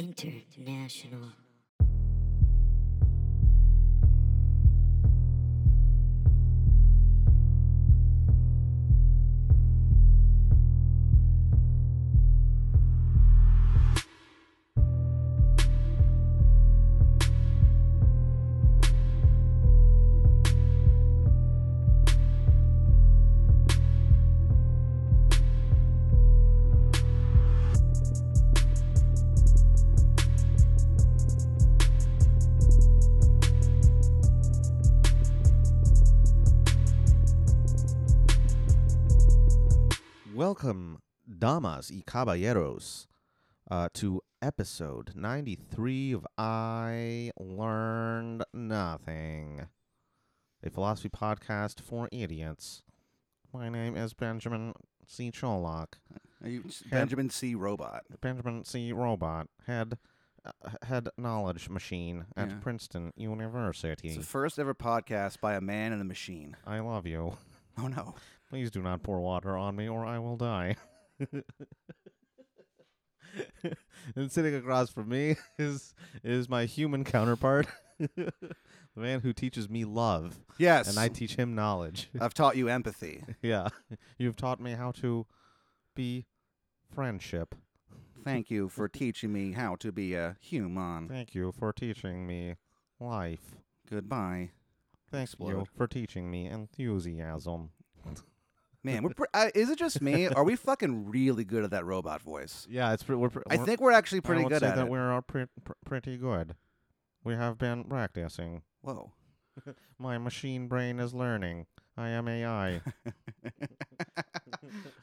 International. Welcome, damas y caballeros, uh, to episode 93 of I Learned Nothing, a philosophy podcast for idiots. My name is Benjamin C. Cholock, Are you s- Benjamin C. Robot? Benjamin C. Robot, head, uh, head knowledge machine at Yeah. Princeton It's University. the first ever podcast by a man and a machine. I love you. Oh no! Please do not pour water on me or I will die. and sitting across from me is is my human counterpart, the man who teaches me love Yes, and I teach him knowledge. I've taught you empathy, yeah. You've taught me how to be friendship. thank you for teaching me how to be a human. Thank you for teaching me life. Goodbye, Thank you Explode. for teaching me enthusiasm. man. We're pr I is it just me? Are we fucking really good at that robot voice? Yeah, it's pre- we're, pre- I we're- think we're actually I pretty would good say at that it. we are pre- pr- pretty good. We have been practicing. Whoa! My machine brain is learning. I am AI.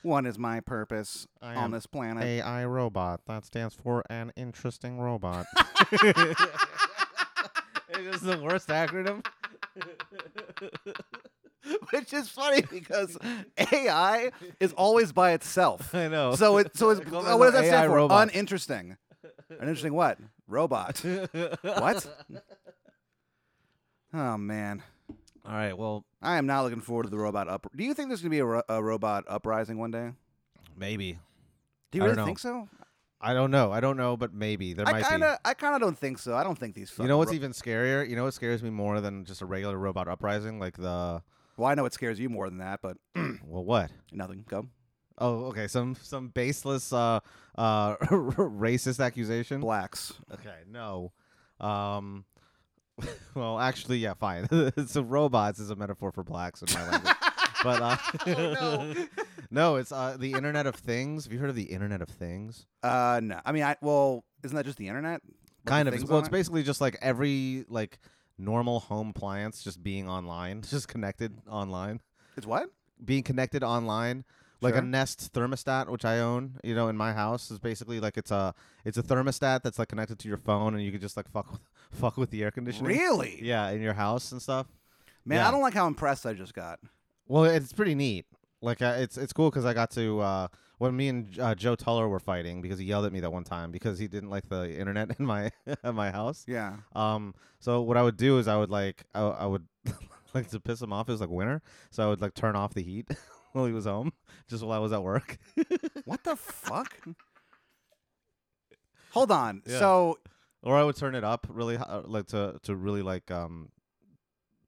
One is my purpose I on am this planet. AI robot. That stands for an interesting robot. it is the worst acronym. Which is funny because AI is always by itself. I know. So it so is Call oh, myself what does that AI stand for? robot. Uninteresting. Uninteresting what? Robot. what? Oh man, All right. Well, I am not looking forward to the robot up. Do you think there's gonna be a, ro- a robot uprising one day? maybe. Do you I don't really know. think so? I don't know. I don't know, but maybe there I might kind of, I kind of don't think so. I don't think these. be. You know fucking what's ro- even scarier? You know what scares me more than just a regular robot uprising, like the Well, I know it scares you more than that, but well, what? nothing. Go Oh, okay. Some some baseless uh uh racist accusation. blacks. Okay, no. Um well, actually, yeah, fine. so robots is a metaphor for blacks in my language. but uh, Oh, no. no, it's uh, the Internet of Things. Have you heard of the Internet of Things? Uh, no. I mean, I well, isn't that just the internet? Like the kind of. things Well, on it's it? basically just like every like normal home appliance just being online, just connected online. It's what? being connected online like Sure. a nest thermostat which i own you know in my house is basically like it's a it's a thermostat that's like connected to your phone and you could just like fuck with, fuck with the air conditioning Really? yeah in your house and stuff Man, Yeah. I don't like how impressed I just got. well it's pretty neat like uh, it's it's cool because i got to uh when me and uh, joe tuller were fighting because he yelled at me that one time because he didn't like the internet in my in my house Yeah. um, so what I would do is I would like I, I would like to piss him off. It was like winter, so I would like turn off the heat while he was home, just while I was at work. What the fuck? Hold on. Yeah. So or I would turn it up really ho- uh, like to to really like um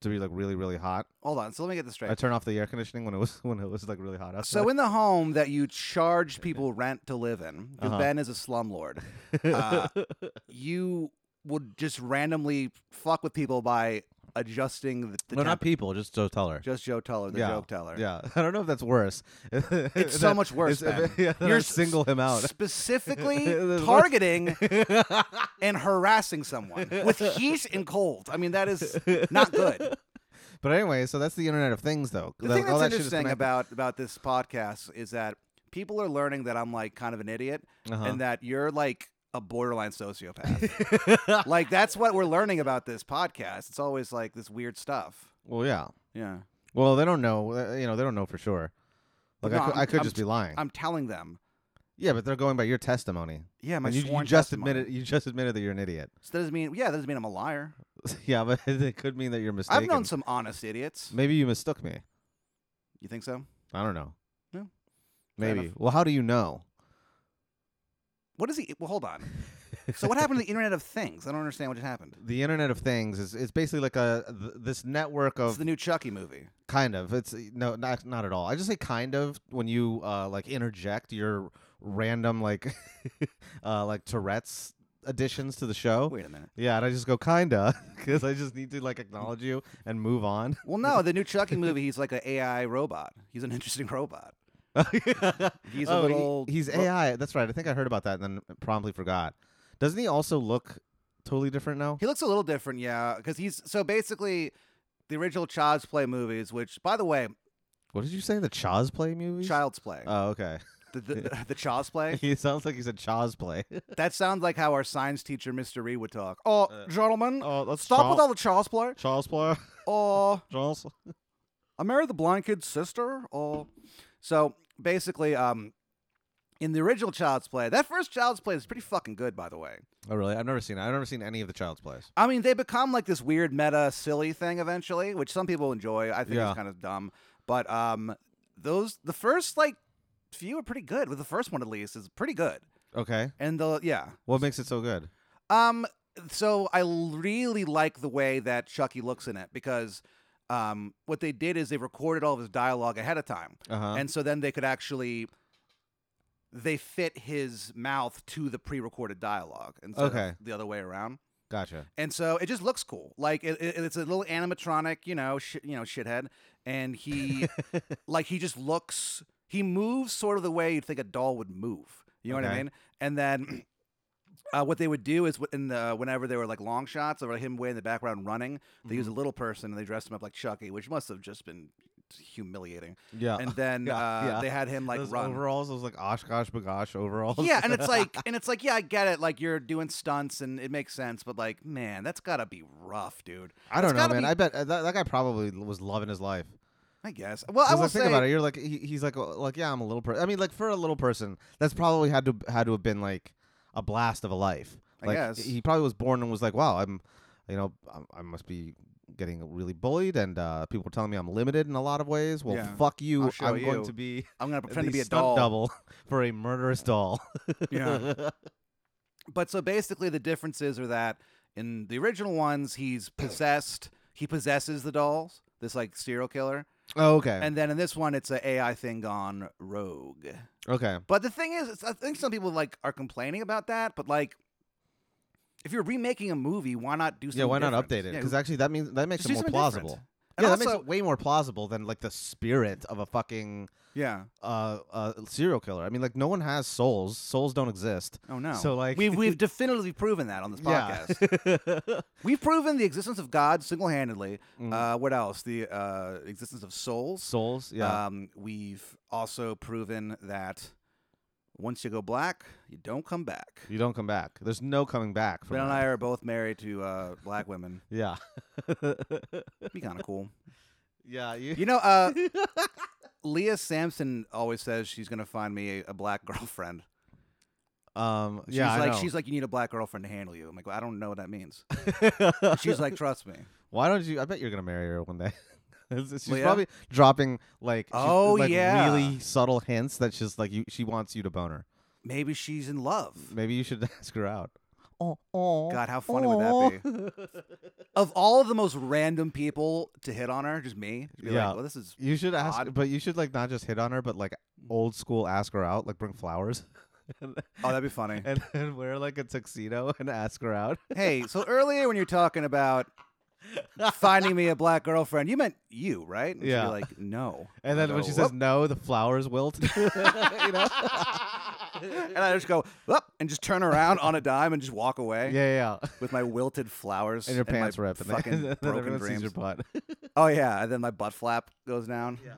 to be like really really hot. hold on. So let me get this I straight. turn off the air conditioning when it was when it was like really hot outside. So in the home that you charge people rent to live in, 'cause Uh-huh. Ben is a slumlord, uh, you would just randomly fuck with people by adjusting the, the no, not temp- people, just Joe Teller. just Joe Teller, the Yeah, joke teller. yeah, I don't know if that's worse. It's so much worse, Ben. yeah, You're You're s- single him out. Specifically That's worse. targeting and harassing someone with heat and cold. I mean, that is not good. But anyway, so that's the Internet of Things, though. The That- thing all that's that shit is interesting connected. about about this podcast is that people are learning that I'm like kind of an idiot and that you're like a borderline sociopath. Uh-huh. like that's what we're learning about this podcast. It's always like this weird stuff. Well, yeah. Yeah. Well, they don't know. uh, You know, they don't know for sure. Like No, I, could, I'm- I could I'm just t- be lying. I'm telling them. yeah, but they're going by your testimony. Yeah, my And you, you sworn just testimony. admitted. You just admitted that you're an idiot. So that doesn't mean yeah, that doesn't mean I'm a liar. yeah, but it could mean that you're mistaken. I've known some honest idiots. Maybe you mistook me. You think so? I don't know. No. Fair Maybe. enough. Well, how do you know? What is he well hold on. So what happened to the Internet of Things? I don't understand what just happened. the Internet of Things is it's basically like a th- this network It's of the new Chucky movie. kind of. It's eh, no, not not at all. I just say kind of when you uh, like interject your random like uh, like Tourette's additions to the show. Wait a minute. Yeah, and I just go kinda because I just need to like acknowledge you and move on. Well, no, the new Chucky movie. He's like an AI robot. He's an interesting robot. he's He's a little Oh, he's ro- AI. That's right. I think I heard about that and then promptly forgot. Doesn't he also look totally different now? He looks a little different, yeah, because he's so basically the original Child's Play movies, which, by the way, What did you say? The Chaz play movie? Child's Play, Oh, okay. the, the, the, the Child's Play. He sounds like he said Chaz play. That sounds like how our science teacher, Mr. Reed, would talk. Oh, Uh, gentlemen, Oh, let's stop with all the Child's Play. Charles play. Oh, Charles. I married the blind kid's sister. Oh, so basically, um, in the original Child's Play, that first Child's Play is pretty fucking good, by the way. Oh, really? I've never seen it. I've never seen any of the Child's plays. I mean, they become like this weird meta silly thing eventually, which some people enjoy. I think Yeah. it's kind of dumb. But um those the first like few are pretty good. With the first one at least is pretty good. Okay. And the yeah. What makes it so good? Um so I l- really like the way that Chucky looks in it because um what they did is they recorded all of his dialogue ahead of time. Uh huh. And so then they could actually they fit his mouth to the pre-recorded dialogue instead Okay. of the other way around Gotcha. and so it just looks cool. Like it, it- it's a little animatronic, you know, sh- you know, shithead, and he, like, he just looks. He moves sort of the way you'd think a doll would move. You know what Okay. I mean? And then. Uh, what they would do is wh- in the whenever there were like long shots of him way in the background running, they use a Mm-hmm. little person and they dressed him up like Chucky, which must have just been humiliating. Yeah. And then Yeah, uh, yeah. they had him like those run. overalls, those like Oshkosh Bagosh overalls. Yeah, and it's like, and it's like, yeah, I get it. Like you're doing stunts, and it makes sense. But like, man, that's gotta be rough, dude. I don't It's know, gotta man. be- I bet uh, that, that guy probably was loving his life. I guess. Well, I Because will like, think say, about it. You're like he, he's like uh, like yeah, I'm a little person. I mean, like for a little person, that's probably had to had to have been like a blast of a life. I Like guess. he probably was born and was like, wow, I'm, you know, I'm, I must be getting really bullied, and uh, people are telling me I'm limited in a lot of ways. Well, Yeah. fuck you. I'll show I'm going you. to be I'm gonna pretend to the be a stunt doll. double for a murderous doll. Yeah. But so basically, the differences are that in the original ones, he's possessed. He possesses the dolls. This like serial killer, oh, okay. and then in this one, it's a AI thing gone rogue. okay. But the thing is, it's- I think some people like are complaining about that. But like, if you're remaking a movie, why not do something? Yeah. Why not different? update it? Yeah, Because actually, that means that makes just it do more something different. plausible. And yeah, that also- makes it way more plausible than like the spirit of a fucking yeah. uh, uh serial killer. I mean, like no one has souls. Souls don't exist. Oh no. So, like- we've we've definitively proven that on this podcast. Uh, Yeah. We've proven the existence of God single-handedly. Mm. Uh, what else? The uh, existence of souls. souls. Yeah. Um, we've also proven that once you go black, you don't come back. you don't come back. There's no coming back. From Ben and that. I are both married to uh, black women. Yeah. Be kind of cool. yeah. You. You know, uh, Leah Sampson always says she's gonna find me a, a black girlfriend. Um. She's yeah. I like know. she's like you need a black girlfriend to handle you. I'm like well, I don't know what that means. she's like trust me. Why don't you? I bet you're gonna marry her one day. she's Leah? probably dropping like she's- Oh, like yeah. really subtle hints that she's like you. She wants you to bone her. Maybe she's in love. Maybe you should ask her out. Oh, oh. God, how funny would that be? of all of the most random people to hit on her, just me. Just be Yeah. Like, well, this is You should ask, Odd. but you should like not just hit on her, but like old school ask her out, like bring flowers, and, oh, that'd be funny. and, and wear like a tuxedo and ask her out. hey, so earlier when you're talking about finding me a black girlfriend, you meant you, right? And she'd be Yeah. like no, And I then when go, she says "Whoop," no, the flowers wilt. you know? and I just go up and just turn around on a dime and just walk away Yeah, yeah. with my wilted flowers And your pants my rip, and then, fucking and then broken everyone sees your dreams. butt. Oh yeah, and then my butt flap goes down. yeah.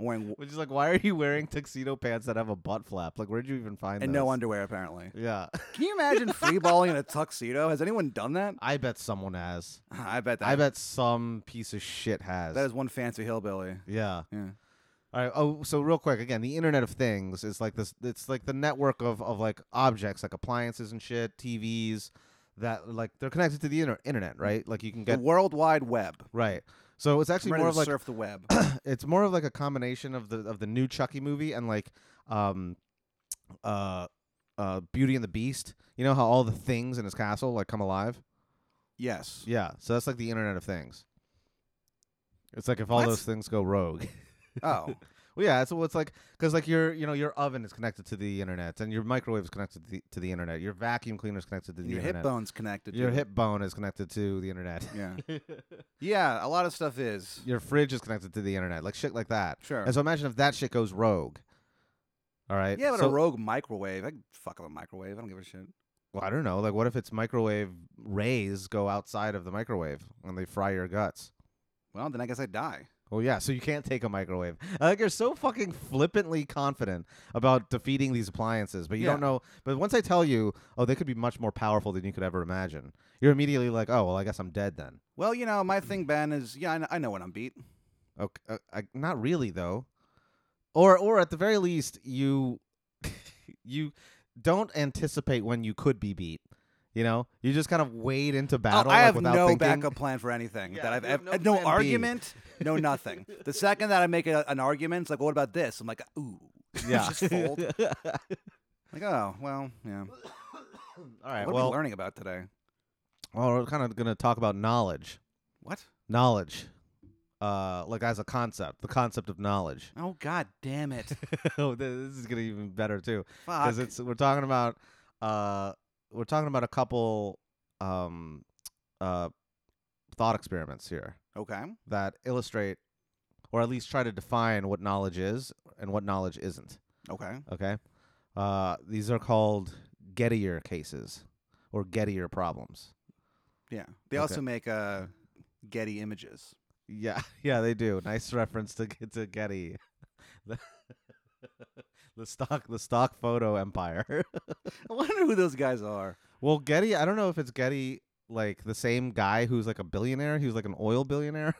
I'm wearing w- Which is like, why are you wearing tuxedo pants that have a butt flap? Like, where'd you even find and those? no underwear apparently. Yeah, Can you imagine free balling in a tuxedo? Has anyone done that? I bet someone has. I bet that. I bet some piece of shit has. that is one fancy hillbilly. Yeah. Yeah. All right. Oh, so real quick again, the Internet of Things is like this. It's like the network of of like objects, like appliances and shit, TVs, that like they're connected to the inter- internet, right? Like you can Mm. The get World Wide Web. right. So it's actually I'm ready more to of like surf the web. it's more of like a combination of the of the new Chucky movie and like um uh uh, Beauty and the Beast. You know how all the things in his castle like come alive. Yes. Yeah, so that's like the Internet of Things. It's like if all What? those things go rogue. Oh. Well, yeah, so it's like because like your you know your oven is connected to the internet, and your microwave is connected to the, to the internet. Your vacuum cleaner is connected to the Your hip internet. bone's connected. your to it. hip bone is connected to the internet. Yeah. yeah. A lot of stuff is. your fridge is connected to the internet, like shit like that. Sure. And so imagine if that shit goes rogue. All right. Yeah, but so, a rogue microwave. I can fuck up a microwave. I don't give a shit. well, I don't know. Like, what if its microwave rays go outside of the microwave and they fry your guts? Well, then I guess I die. Well, yeah. So you can't take a microwave. Like, you're so fucking flippantly confident about defeating these appliances, but you don't Yeah. know. But once I tell you, oh, they could be much more powerful than you could ever imagine, you're immediately like, oh, well, I guess I'm dead then. Well, you know, Mm. my thing, Ben, is yeah, I know, I know when I'm beat. Okay, uh, I, not really though. Or or at the very least, you you don't anticipate when you could be beat. You know, you just kind of wade into I, battle. Oh, I like, have without no thinking. backup plan for anything Yeah, that I've you have ever. no No, plan no B. argument, no nothing. The second that I make a, an argument, it's like, what about this? I'm like, ooh, Yeah. just fold. like, oh, well, yeah. All right. what are we well, learning about today? well, we're kind of going to talk about knowledge. What? Knowledge, uh, like as a concept, the concept of knowledge. Oh, god damn it! oh, th- this is gonna be even better too. Fuck. because it's we're talking about uh we're talking about a couple um uh thought experiments here okay. that illustrate or at least try to define what knowledge is and what knowledge isn't Okay. okay uh these are called gettier cases or gettier problems Yeah. They Okay. also make uh, Getty images. yeah yeah they do nice reference to G- to getty the, the stock the stock photo empire I wonder who those guys are. Well, Getty, I don't know if it's Getty like the same guy who's like a billionaire. He was like an oil billionaire.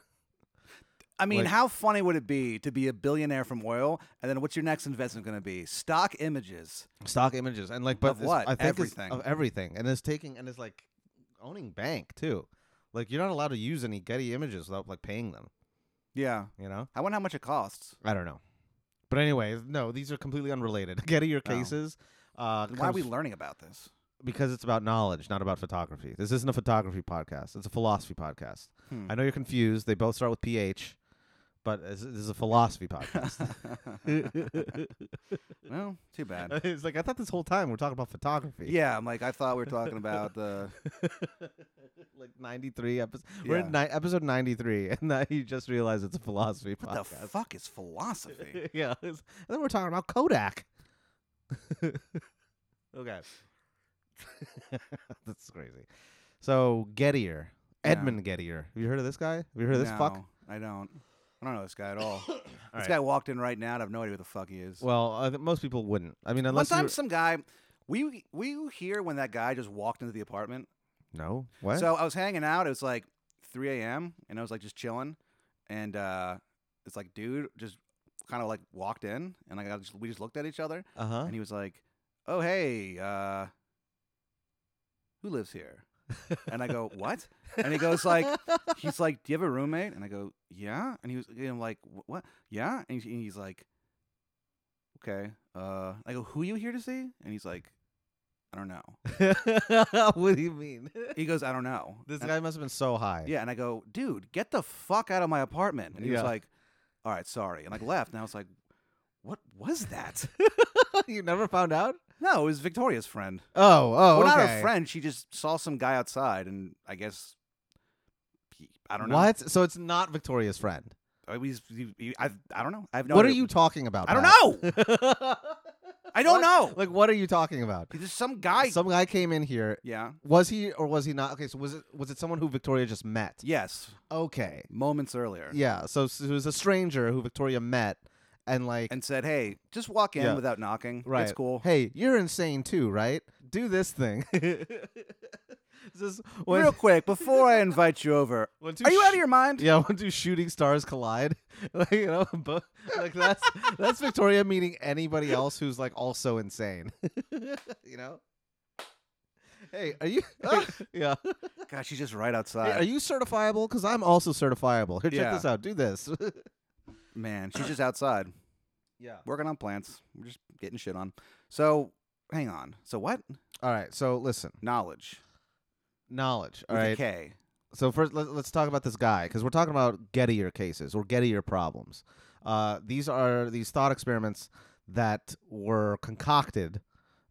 I mean, Like- how funny would it be to be a billionaire from oil, and then what's your next investment going to be? Stock images. Stock images and like, but Of it's- what? I think it's Everything. of everything, and is taking and is like owning bank too. Like you're not allowed to use any Getty images without like paying them. Yeah, You know, I wonder how much it costs. I don't know. But anyway, no, these are completely unrelated. Getty your Oh. cases. Uh, Then Why are comes we f- learning about this? because it's about knowledge, not about photography. This isn't a photography podcast. It's a philosophy podcast. Hmm. I know you're confused. They both start with PH, but this this is a philosophy podcast. well, too bad. it's like I thought this whole time we're talking about photography. Yeah, I'm like I thought we were talking about the. like 93 episodes. We're in Yeah. ni- episode 93, and now you just realize it's a philosophy What the podcast. fuck is philosophy? yeah, it's- and then we're talking about Kodak. okay, that's crazy. So Gettier, Yeah. Edmund Gettier. Have you heard of this guy? Have you heard of this fuck? No, I don't. I don't know this guy at all. this All right. guy walked in right now. and I have no idea who the fuck he is. Well, uh, th- most people wouldn't. I mean, One unless time, you some guy. We we here when that guy just walked into the apartment. no what. So I was hanging out. It was like 3 a.m. and I was like just chilling, and uh, it's like dude just kind of like walked in, and like I just, we just looked at each other, uh huh. and he was like, "Oh hey, uh, who lives here?" And I go, "What?" and he goes like- He's like, "Do you have a roommate?" And I go, "Yeah." And he was, and I'm like, "Wh- "What? Yeah?" And he's, and he's like, "Okay." Uh, I go, "Who you here to see?" And he's like, "I don't know." what do you mean? He goes, "I don't know." This And- guy must have been so high. Yeah, and I go, dude, get the fuck out of my apartment. And he Yeah. was like, all right, sorry. And like left. And I was like, what was that? you never found out? no, it was Victoria's friend. Oh, oh, well, not okay. her friend. She just saw some guy outside, and I guess he- I don't know. What? So it's not Victoria's friend. I, he's- he- he- I, I don't know. I have no. what are idea. you talking about? I don't Pat? know. I don't know. Like, what are you talking about? There's some guy. Some guy came in here. yeah. Was he or was he not? Okay, so was it was it someone who Victoria just met? Yes. Okay. Moments earlier. Yeah. So, so it was a stranger who Victoria met, and like, And said, hey, just walk in Yeah. without knocking. right? It's cool. Hey, you're insane too, right? Do this thing. Just when, Real quick, before I invite you over, when two are you sh- out of your mind? Yeah, when do shooting stars collide? like you know, bo- like that's that's Victoria meeting anybody else who's like also insane. you know. Hey, are you? Ah. yeah. God, she's just right outside. Hey, are you certifiable? Because I'm also certifiable. Here, check Yeah. this out. Do this. Man, she's just outside yeah. working on plants. We're just getting shit on. So hang on. So what? All right. So listen, Knowledge. knowledge. All With a right. K. So first, let, let's talk about this guy because we're talking about Gettier cases or Gettier problems. Uh, these are these thought experiments that were concocted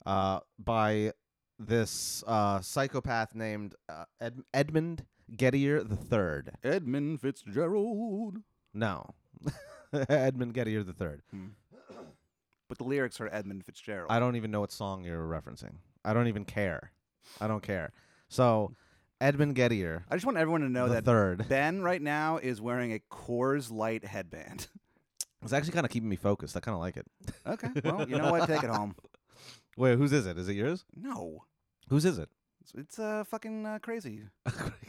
uh, by this uh, psychopath named uh, Ed- Edmund Gettier the Third. Edmund Fitzgerald. No, Edmund Gettier the Third. But the lyrics are Edmund Fitzgerald. I don't even know what song you're referencing. I don't even care. I don't care. So Edmund Gettier I just want everyone to know the that Third. Ben right now is wearing a Coors Light headband. It's actually kind of keeping me focused. I kind of like it. okay. Well, you know what? Take it home. Wait, whose is it? Is it yours? No. Whose is it? It's, it's uh fucking uh, crazy.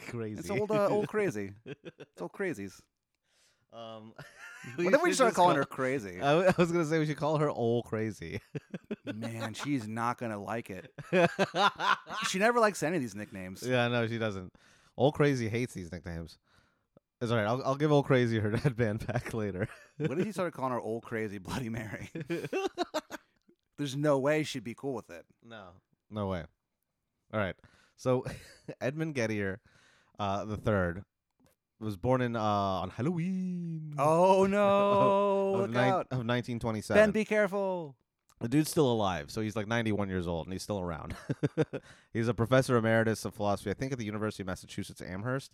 crazy. It's old uh, old crazy. It's old crazies. Um, What if we should start just call- calling her crazy? I, w- I was gonna say we should call her old crazy. Man, she's not gonna like it. yeah, She never likes any of these nicknames. no, she doesn't. Old crazy hates these nicknames. It's all right. I'll, I'll give old crazy her headband back later. What if you started calling her old crazy Bloody Mary? There's no way she'd be cool with it. No. No way. All right. So Edmund Gettier, uh, the third, was born in uh, on Halloween. Oh no! of, Look nine- out, of 1927. Ben. Be careful. the dude's still alive, so he's like 91 years old and he's still around. he's a professor emeritus of philosophy, I think, at the University of Massachusetts Amherst.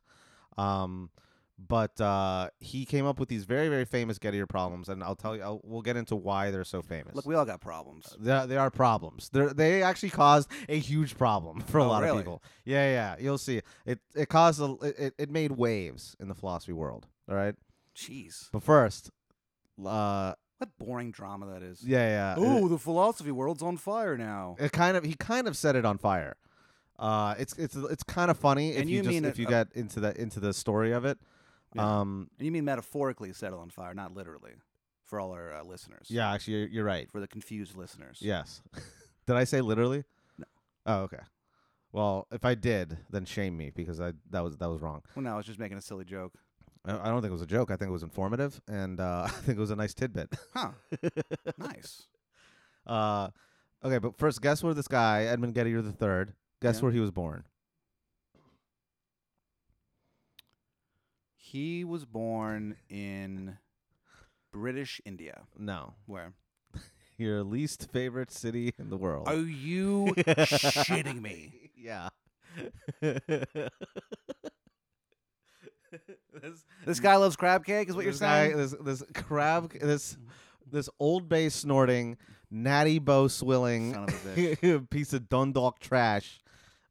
Um, but uh, he came up with these very, very famous Gettier problems, and I'll tell you, I'll, we'll get into why they're so famous. Look, we all got problems. They are, they are problems. They they actually caused a huge problem for a Oh, lot really? of people. Yeah, yeah. You'll see. It it caused a, it- it it made waves in the philosophy world. All right. Jeez, But first, uh, what boring drama that is. yeah, yeah. it- Oh, the philosophy world's on fire now. It, kind of he kind of set it on fire. Uh, it's it's it's kind of funny if And you, you just mean if it- you uh, get into the into the story of it. Yeah. Um, And you mean metaphorically set it on fire, not literally, for all our uh, listeners. yeah, actually, you're, you're right. For the confused listeners. Yes. did I say literally? No. Oh, okay. Well, if I did, then shame me because I that was that was wrong. Well, no, I was just making a silly joke. I I don't think it was a joke. I think it was informative, and uh, I think it was a nice tidbit. Huh. nice. Uh, okay, but first, guess where this guy Edmund Gettier the Third? Guess Yeah. where he was born? He was born in British India. No, Where? your least favorite city in the world. Are you shitting me? yeah. this, This guy loves crab cake, is what you're this guy- saying? Mm. this this crab, this this old bay snorting, natty bow swilling, Son of a bitch. piece of Dundalk trash.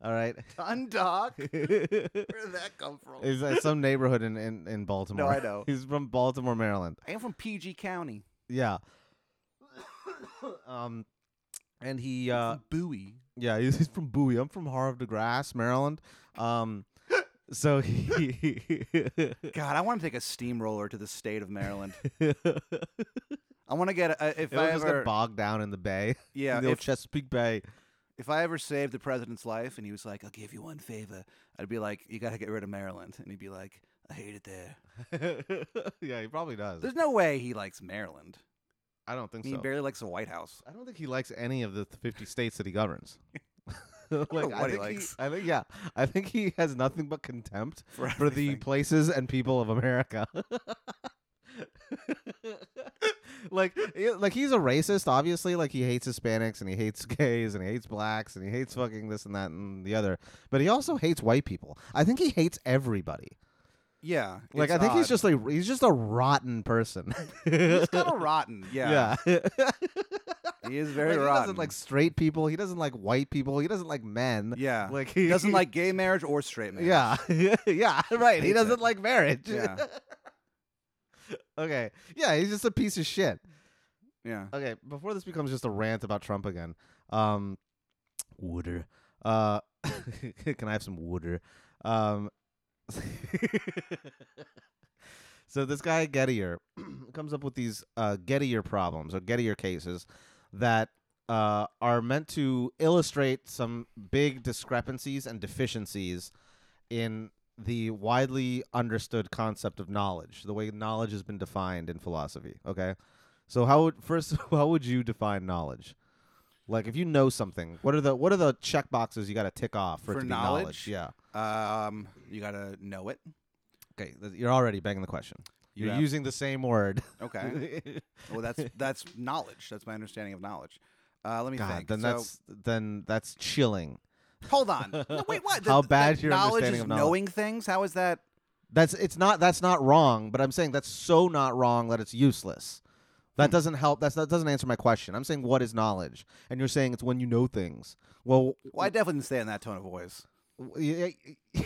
All right. Dundalk? Is Where did that come from? at some neighborhood in, in, in Baltimore. No, I know. He's from Baltimore, Maryland. I am from PG County. Yeah. um, and he I'm uh, from Bowie. Yeah, he's, he's from Bowie. I'm from Harv de Grasse, Maryland. Um, so he. God, I want to take a steamroller to the state of Maryland. I want to get a, if If I I just get ever bogged down in the bay, yeah in the old if, Chesapeake Bay. if I ever saved the president's life and he was like I'll give you one favor, I'd be like you got to get rid of Maryland, and he'd be like I hate it there. yeah, he probably does. There's no way he likes Maryland. I don't think I mean, so. he barely likes the White House. I don't think he likes any of the 50 states that he governs. like, know what he think likes. I think yeah, I think he has nothing but contempt For, for the everything. places and people of America. like, yeah, like he's a racist. Obviously, like he hates Hispanics and he hates gays and he hates blacks and he hates fucking this and that and the other. But he also hates white people. I think he hates everybody. yeah, Like, it's I think he's odd. just like he's just a rotten person. he's kind of rotten. Yeah, yeah. Like, he is very he rotten. doesn't like straight people. He doesn't like white people. He doesn't like men. yeah, Like he he doesn't like gay marriage or straight marriage. Yeah, yeah, right. He Hates doesn't it. like marriage. Yeah. okay. Yeah, he's just a piece of shit. yeah. Okay, before this becomes just a rant about Trump again, um, Wooder, uh, can I have some Wooder? Um, so this guy Gettier comes up with these uh, Gettier problems or Gettier cases that uh, are meant to illustrate some big discrepancies and deficiencies in the widely understood concept of knowledge, the way knowledge has been defined in philosophy. Okay, so how would first how would you define knowledge? Like if you know something, what are the what are the check boxes you got to tick off for, it For to knowledge? be knowledge? Yeah. Um, you gotta know it. Okay, th- you're already banging the question. You You're have- using the same word. okay. Well, that's that's knowledge. That's my understanding of knowledge. Uh, let me God, think. then so, that's then that's chilling. hold on. No, wait, what? How That- bad that your knowledge understanding is of knowledge. knowing things. How is that? That's it's not that's not wrong, but I'm saying that's so not wrong that it's useless. That Hmm. doesn't help. That's, that doesn't answer my question. I'm saying what is knowledge, and you're saying it's when you know things. Well, Well, I definitely didn't say it in that tone of voice. w- y- y-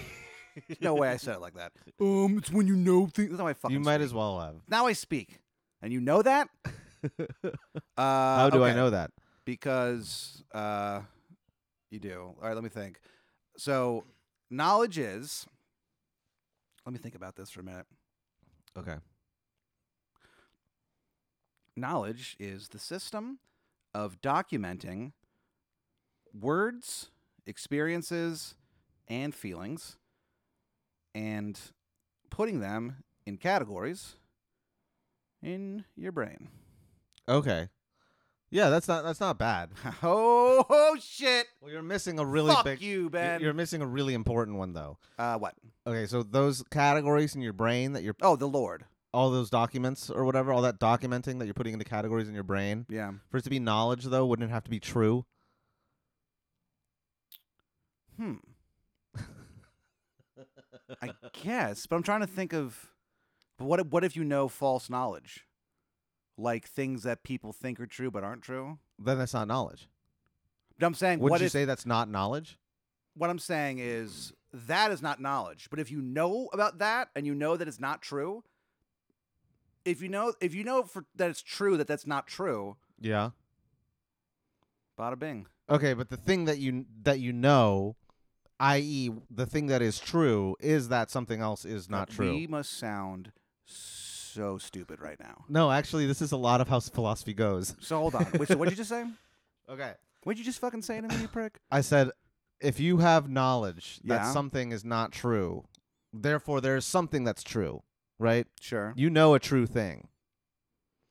There's no way I said it like that. Um, it's when you know things. That's how I fucking. you might speak. as well have. Now I speak, and you know that. Uh, How do I okay. know that? because uh, you do. All right, let me think. So, knowledge is. Let me think about this for a minute. Okay. Knowledge is the system of documenting words, experiences, and feelings, and putting them in categories in your brain. Okay. Yeah, that's not that's not bad. oh, oh, shit! Well, you're missing a really Fuck big. you, you're- Ben. You're missing a really important one though. uh, what? Okay, so those categories in your brain that you're Oh, the Lord. all those documents or whatever, all that documenting that you're putting into categories in your brain. Yeah. For it to be knowledge though, wouldn't it have to be true? Hmm. I guess, but I'm trying to think of but what if, what if you know false knowledge? Like things that people think are true but aren't true? Then that's not knowledge. But I'm saying Would what you if, say that's not knowledge? what I'm saying is that is not knowledge. But if you know about that and you know that it's not true, if you know if you know for that it's true that that's not true, Yeah. bada bing. Okay, but the thing that you that you know, i.e., the thing that is true, is that something else is not true. We must sound so stupid right now. No, actually, this is a lot of how s- philosophy goes. So hold on. Wait, so what'd you just say? Okay. What'd you just fucking say to me, you prick? I said, if you have knowledge Yeah. that something is not true, therefore there is something that's true, right? Sure. You know a true thing.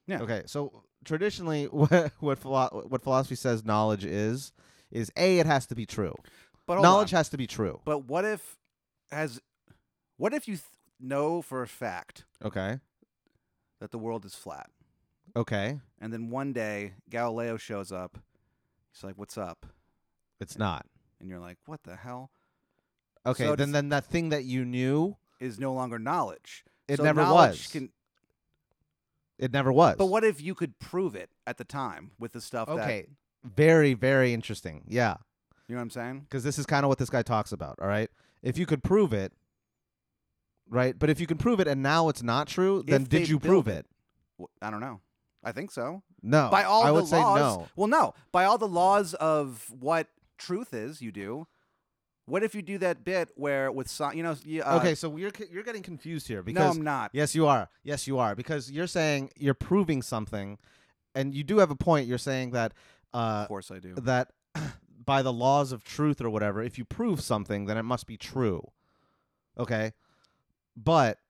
Yeah. Okay. So traditionally, what what, philo- what philosophy says knowledge is is a it has to be true. But hold on. knowledge has to be true. But what if has what if you th- know for a fact Okay. that the world is flat, Okay. and then one day Galileo shows up, he's like, "What's up?" It's not. And you're like, "What the hell?" Okay. So then does- then that thing that you knew, Is no longer knowledge. it So never knowledge was. can- it never was. but what if you could prove it at the time with the stuff? Okay. That, Very very interesting. Yeah. you know what I'm saying? because this is kind of what this guy talks about. All right, if you could prove it, right? But if you can prove it and now it's not true, then If they did you build prove it? Wh- I don't know. I think so. No, by all Oh, I the would say laws. no. Well, no. By all the laws of what truth is, you do. What if you do that bit where with sci- you know? you, Uh, okay, so you're c- you're getting confused here No, because I'm not. yes, you are. Yes, you are because you're saying you're proving something, and you do have a point. You're saying that uh, Of course I do. that by the laws of truth or whatever, if you prove something, then it must be true. Okay? But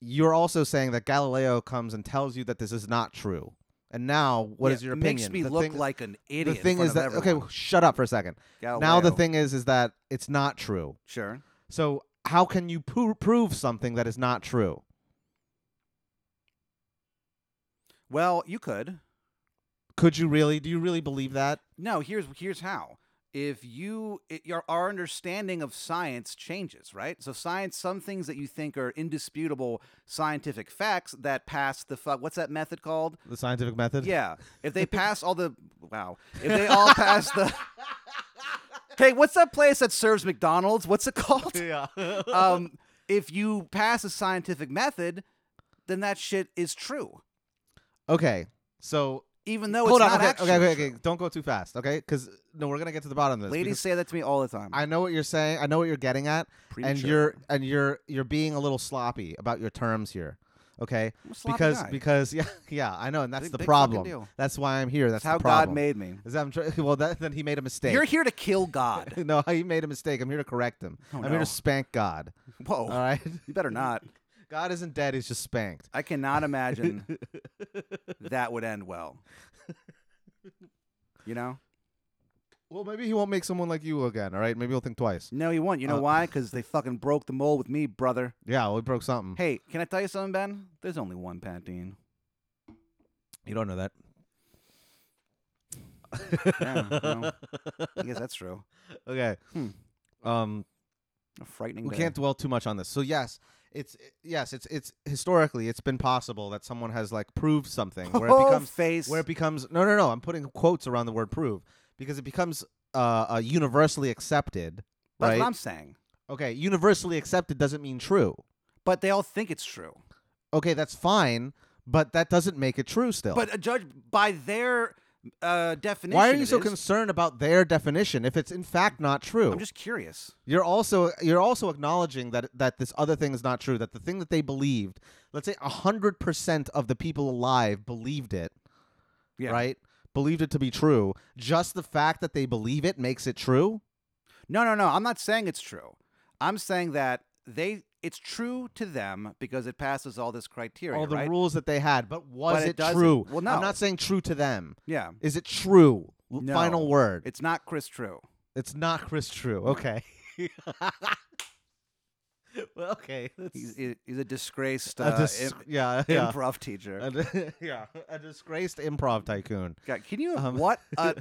you're also saying that Galileo comes and tells you that this is not true. And now, what Yeah, is your it opinion? Makes me The look thing- like an the idiot. thing is that okay, shut up for a second. Oh, Now the thing is is that it's not true. Sure. So how can you pro- prove something that is not true? Well, you could. Could you really? Do you really believe that? No, here's here's how. If you it, your our understanding of science changes, right? So science, some things that you think are indisputable scientific facts that pass the fuck. What's that method called? The scientific method? Yeah. If they pass all the wow. If they all pass the. Hey, what's that place that serves McDonald's? What's it called? Yeah. Um, if you pass a scientific method, then that shit is true. okay. So even though Hold it's on, not okay, actually okay, okay, true. okay, Don't go too fast, okay? Because no, we're gonna get to the bottom of this. Ladies because say that to me all the time. I know what you're saying. I know what you're getting at, and Premature. you're and you're you're being a little sloppy about your terms here, okay? I'm a sloppy Because guy. because yeah yeah I know, and that's Big- the big fucking problem. deal. That's why I'm here. That's that's how the problem. God made me. Is that I'm try- well that, then he made a mistake. You're here to kill God. no, he made a mistake. I'm here to correct him. Oh, I'm here no. to spank God. Whoa, All right, you better not. God isn't dead. He's just spanked. I cannot imagine that would end well. You know? Well, maybe he won't make someone like you again. All right, maybe he'll think twice. No, you won't. You know Uh, why? Because they fucking broke the mold with me, brother. Yeah, well, he broke something. Hey, can I tell you something, Ben? There's only one Pantene. You don't know that. Yeah, well, I guess that's true. okay. Hmm. Um, A frightening. we day. can't dwell too much on this. So yes, it's yes, it's it's historically it's been possible that someone has like proved something where it Oh, becomes face. where it becomes no no no I'm putting quotes around the word prove because it becomes uh, uh universally accepted That's right what I'm saying. okay universally accepted doesn't mean true But they all think it's true. okay that's fine but that doesn't make it true still But a judge, by their uh, definition, Oh. why are it you so is. concerned about their definition if it's in fact not true I'm just curious. You're also you're also acknowledging that that this other thing is not true. That the thing that they believed, let's say hundred percent of the people alive believed it, Yeah. right? Believed it to be true. Just the fact that they believe it makes it true. No, no, no. I'm not saying it's true. I'm saying that they it's true to them because it passes all this criteria, all the right? rules that they had, but was But it it, doesn't. true? Well, no. I'm not saying true to them. yeah. Is it true? L- No. Final word. It's not Chris True. it's not Chris True. Okay. well, okay. He's, he- he's a disgraced A uh, dis- im- yeah, yeah. improv teacher. A di- yeah, a disgraced improv tycoon. God, can you Um, what a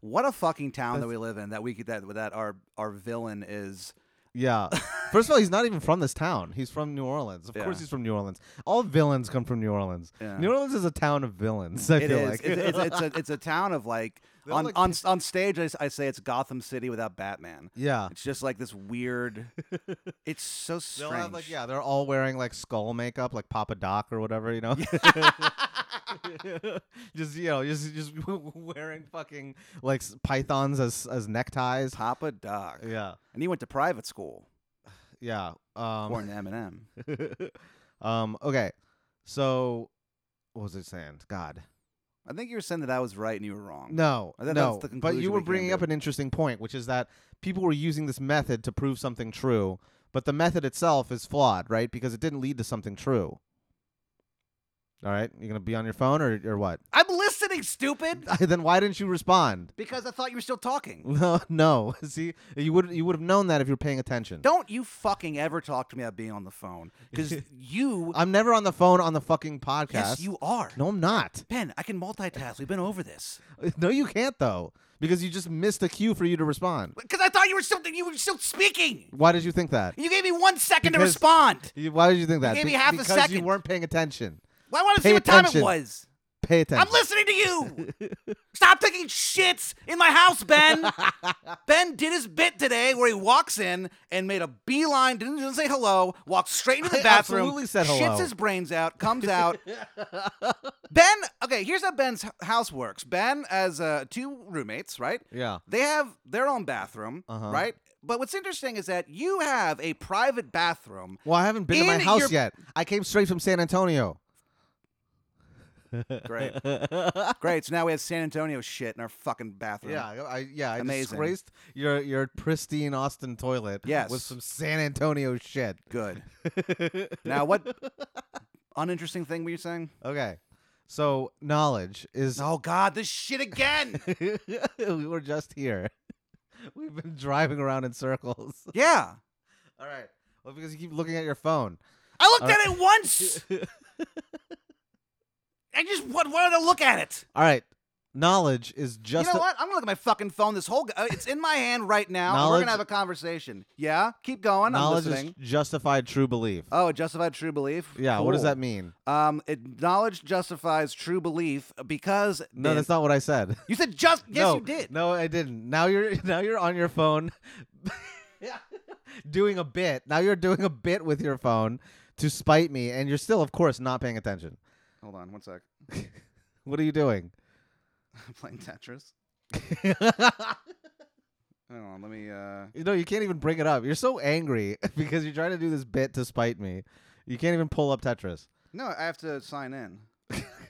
what a fucking town that we live in that we could that that our our villain is Yeah. First of all, he's not even from this town. He's from New Orleans. Of course, Yeah. he's from New Orleans. All villains come from New Orleans. Yeah. New Orleans is a town of villains. I It feel is. like It's, it's, it's a it's a town of like They're on like on s- on stage. I, s- I say it's Gotham City without Batman. yeah. It's just like this weird. it's so They'll strange. have like yeah, they're all wearing like skull makeup, like Papa Doc or whatever, you know. just you know, just just wearing fucking like s- pythons as as neckties. Papa Doc. Yeah, And he went to private school. yeah. Born Um, Eminem. um. Okay, so what was it saying? God, I think you were saying that I was right and you were wrong. No, I thought Um, that no. was the but conclusion you were we came bringing to. up an interesting point, which is that people were using this method to prove something true, but the method itself is flawed, right? Because it didn't lead to something true. All right, you gonna be on your phone or or what? I'm listening, stupid. then why didn't you respond? Because I thought you were still talking. No, no. See, you would you would have known that if you were paying attention. Don't you fucking ever talk to me about being on the phone. Because you, I'm never on the phone on the fucking podcast. yes, you are. No, I'm not. Ben, I can multitask. We've been over this. No, you can't though, because you just missed a cue for you to respond. Because I thought you were still you were still speaking. Why did you think that? You gave me one second Because- to respond. You- Why did you think that? gave me half a because you second. weren't paying attention. Well, I want to Pay see what time attention. it was. Pay attention. I'm listening to you. Stop taking shits in my house, Ben. ben did his bit today where he walks in and made a beeline, didn't even say hello, walked straight into the I bathroom, absolutely said hello. shits his brains out, comes out. ben, okay, here's how Ben's h- house works. Ben has uh, two roommates, right? Yeah. They have their own bathroom, Uh-huh. right? But what's interesting is that you have a private bathroom. Well, I haven't been to my In house your- yet. I came straight from San Antonio. Great. Great. So now we have San Antonio shit in our fucking bathroom. Yeah, I, yeah, I Amazing. disgraced your your pristine Austin toilet Yes. with some San Antonio shit. Good. now what uninteresting thing were you saying? Okay, so knowledge is. Oh God, this shit again. we were just here. We've been driving around in circles. yeah. All right. Well, because you keep looking at your phone. I looked All at it once. I just wa- wanted to look at it. All right. Knowledge is just. you know a- what? I'm gonna look at my fucking phone. This whole g- uh, it's in my hand right now. and We're Knowledge- gonna have a conversation. Yeah, keep going. I'm Knowledge listening. is justified true belief. Oh, justified true belief. yeah. What does Cool. that mean? Um, it, knowledge justifies true belief because No, Ben- that's not what I said. You said just. Yes, no, you did. No, I didn't. Now you're now you're on your phone doing a bit. Now you're doing a bit with your phone to spite me and you're still of course not paying attention. Hold on, one sec. What are you doing? I'm playing Tetris. you Hold on, let me. uh know, you can't even bring it up. You're so angry because you're trying to do this bit to spite me. You can't even pull up Tetris. No, I have to sign in.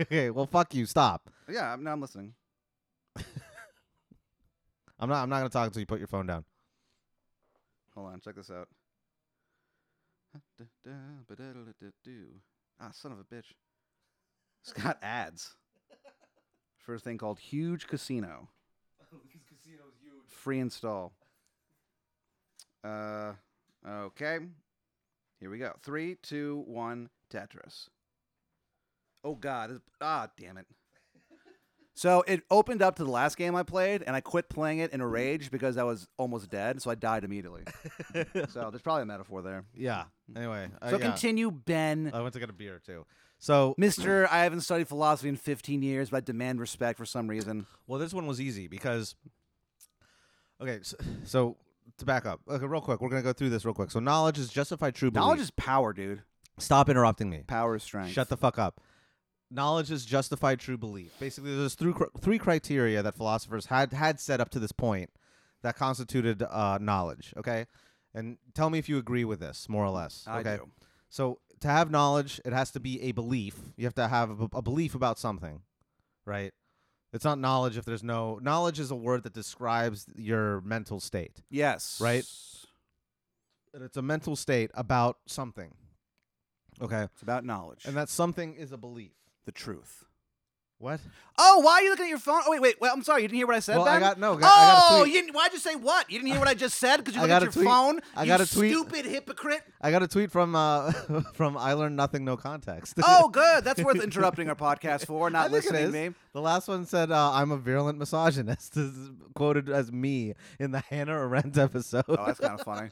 okay, well fuck you. Stop. Yeah, I'm, no, I'm listening. I'm not I'm not going to talk until you put your phone down. Hold on, check this out. Ah, son of a bitch. It's got ads for a thing called Huge Casino. Free install. Uh, okay. Here we go. Three, two, one. Tetris. Oh God! This, ah, damn it. So it opened up to the last game I played, and I quit playing it in a rage because I was almost dead. So I died immediately. so there's probably a metaphor there. yeah. Anyway, I, So Uh, yeah. Uh, continue, Ben. I went to get a beer too. So, Mister, I haven't studied philosophy in 15 years, but I demand respect for some reason. well, this one was easy because. Okay, so, so to back up, okay, real quick, we're gonna go through this real quick. So, knowledge is justified true belief. Knowledge is power, dude. Stop interrupting me. Power is strength. Shut the fuck up. Knowledge is justified true belief. Basically, there's three, cr- three criteria that philosophers had had set up to this point that constituted uh, knowledge. Okay, and tell me if you agree with this, more or less. I okay? do. So to have knowledge, it has to be a belief. You have to have a, a belief about something, right? It's not knowledge if there's no knowledge is a word that describes your mental state. Yes. Right? It's And It's a mental state about something. Okay, about knowledge. and that something is a belief. the truth. What? Oh, why are you looking at your phone? Oh, wait, wait. Well, I'm sorry. You didn't hear what I said. well, Ben? I got no. I got- I got a oh, tweet. you didn't, why'd you say what? You didn't hear what I just said because you I looked got at a your tweet. phone. I you got a tweet. Stupid hypocrite. I got a tweet from uh, from I learned nothing, no context. Oh, good. That's worth interrupting our podcast for. I Not think it listening is. to me. The last one said, uh, "I'm a virulent misogynist," This is quoted as me in the Hannah Arendt episode. Oh, that's kind of funny.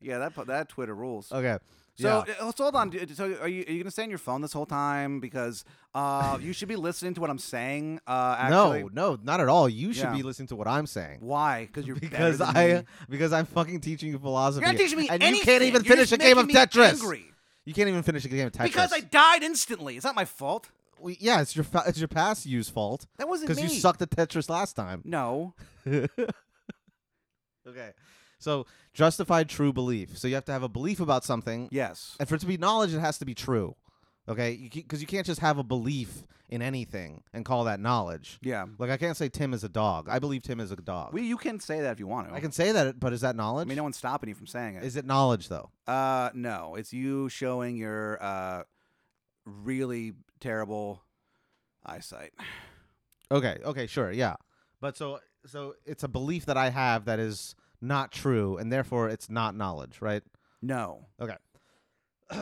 Yeah, that po- that Twitter rules. okay, So, so uh, so hold on. d- So are you, are you gonna stay on your phone this whole time? Because uh, you should be listening to what I'm saying. Uh, actually, no, no, not at all. You should Yeah. be listening to what I'm saying why? Because you're because better than I me. because I'm fucking teaching you philosophy. You're not teaching me and anything. you can't even You're finish just a game of making me Tetris. Angry. You can't even finish a game of Tetris Because I died instantly. It's not my fault. Well, yeah, it's your fa- it's your past use fault That wasn't me. because you sucked at Tetris last time. No. Okay, so justified true belief. So you have to have a belief about something Yes. and for it to be knowledge, it has to be true. Okay, because you, can't just have a belief in anything and call that knowledge. Yeah. Like I can't say Tim is a dog. I believe Tim is a dog. We, you can say that if you want to. I can say that, but is that I knowledge? mean, no one's stopping you from saying it. is it knowledge though? uh, no, it's you showing your uh, really terrible eyesight. Okay, okay, sure, yeah. But so so it's a belief that I have that is not true, and therefore it's not knowledge, right? No, Okay.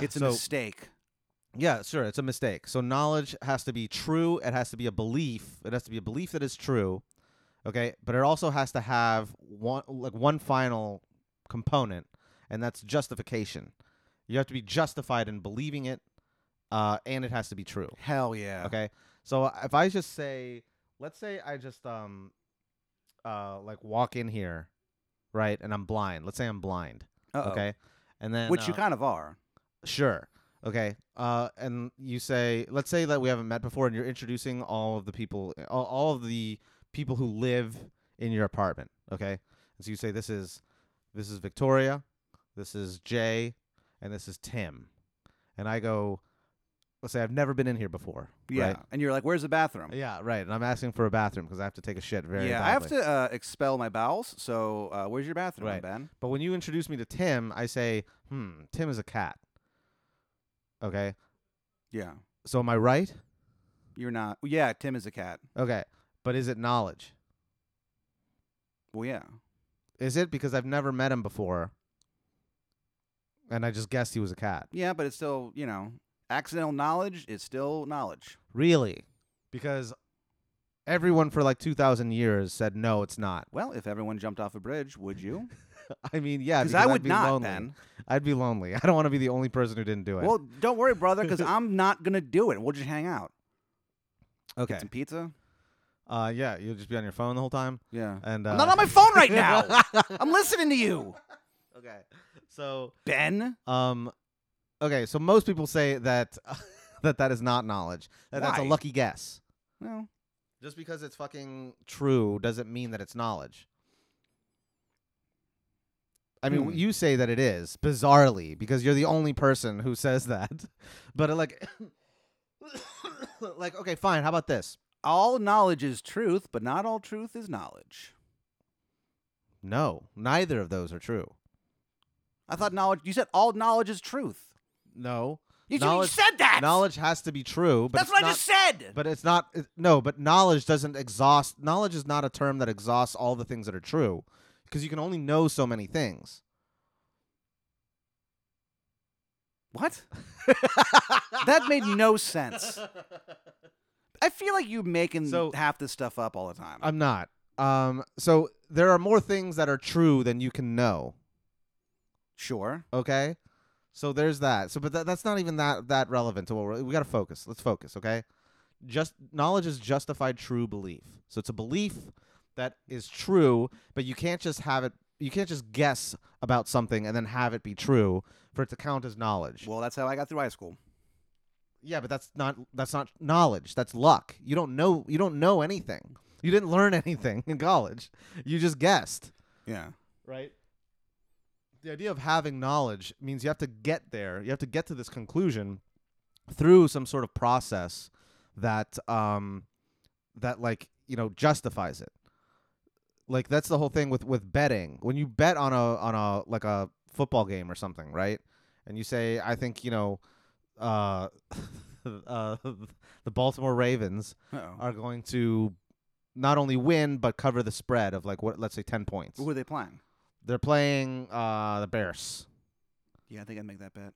it's a So- mistake. Yeah, sure, it's a mistake. So knowledge has to be true. It has to be a belief. It has to be a belief that is true. Okay, but it also has to have one like one final component, and that's justification. You have to be justified in believing it, uh, and it has to be true. Hell yeah. Okay, so uh, if I just say, let's say I just um, uh, like walk in here, right, and I'm blind. Let's say I'm blind. Uh-oh. Okay, and then Which uh, you kind of are. Sure. Okay. Uh, and you say, let's say that we haven't met before, and you're introducing all of the people, all, all of the people who live in your apartment. Okay. And so you say, this is, this is Victoria, this is Jay, and this is Tim. And I go, let's say I've never been in here before. Yeah. Right? And you're like, where's the bathroom? Yeah. Right. And I'm asking for a bathroom because I have to take a shit very. yeah, I have badly. to uh, expel my bowels. So uh, where's your bathroom, Right. Ben? But when you introduce me to Tim, I say, hmm, Tim is a cat. Okay. Yeah. So am I right? You're not. Yeah, Tim is a cat. Okay. But is it knowledge? Well, yeah. Is it because I've never met him before? And I just guessed he was a cat. Yeah, but it's still, you know, accidental knowledge is still knowledge. Really? Because everyone for like 2000 years said no, it's not. Well, if everyone jumped off a bridge, would you? I mean, yeah, Because I I'd would be not, lonely. Ben. I'd be lonely. I don't want to be the only person who didn't do it. Well, don't worry, brother, because I'm not going to do it. We'll just hang out. okay. Some pizza? Uh yeah, you'll just be on your phone the whole time Yeah. and uh, I'm not on my phone right now. I'm listening to you, okay. So, Ben. um okay, so most people say that that that is not knowledge. That that's a Why? lucky guess. No. Just because it's fucking true doesn't mean that it's knowledge. I mean, Hmm. you say that it is bizarrely because you're the only person who says that. But uh, like, like okay, fine. How about this? All knowledge is truth, but not all truth is knowledge. No, neither of those are true. I thought knowledge, you said all knowledge is truth. No, You, you Knowledge- said that. knowledge has to be true, but That's it's what not, I just said. But it's not it- no. But knowledge doesn't exhaust. Knowledge is not a term that exhausts all the things that are true, because you can only know so many things. what? That made no sense. I feel like you making So- half this stuff up all the time. I'm not. Um. So there are more things that are true than you can know. sure. Okay. So there's that. So, but that, that's not even that that relevant to what we're. We got to focus. Let's focus. Okay. Just knowledge is justified true belief. So it's a belief that is true, but you can't just have it. You can't just guess about something and then have it be true for it to count as knowledge. Well, that's how I got through high school. yeah, but that's not that's not knowledge. That's luck. You don't know. You don't know anything. You didn't learn anything in college. You just guessed. Yeah. right? The idea of having knowledge means you have to get there. You have to get to this conclusion through some sort of process that um that like, you know, justifies it. Like that's the whole thing with with betting. When you bet on a on a like a football game or something, right? And you say I think, you know, uh uh the Baltimore Ravens Uh-oh. are going to not only win but cover the spread of like what let's say 10 points. Who are they playing? They're playing uh, the Bears. Yeah, I think I'd make that bet.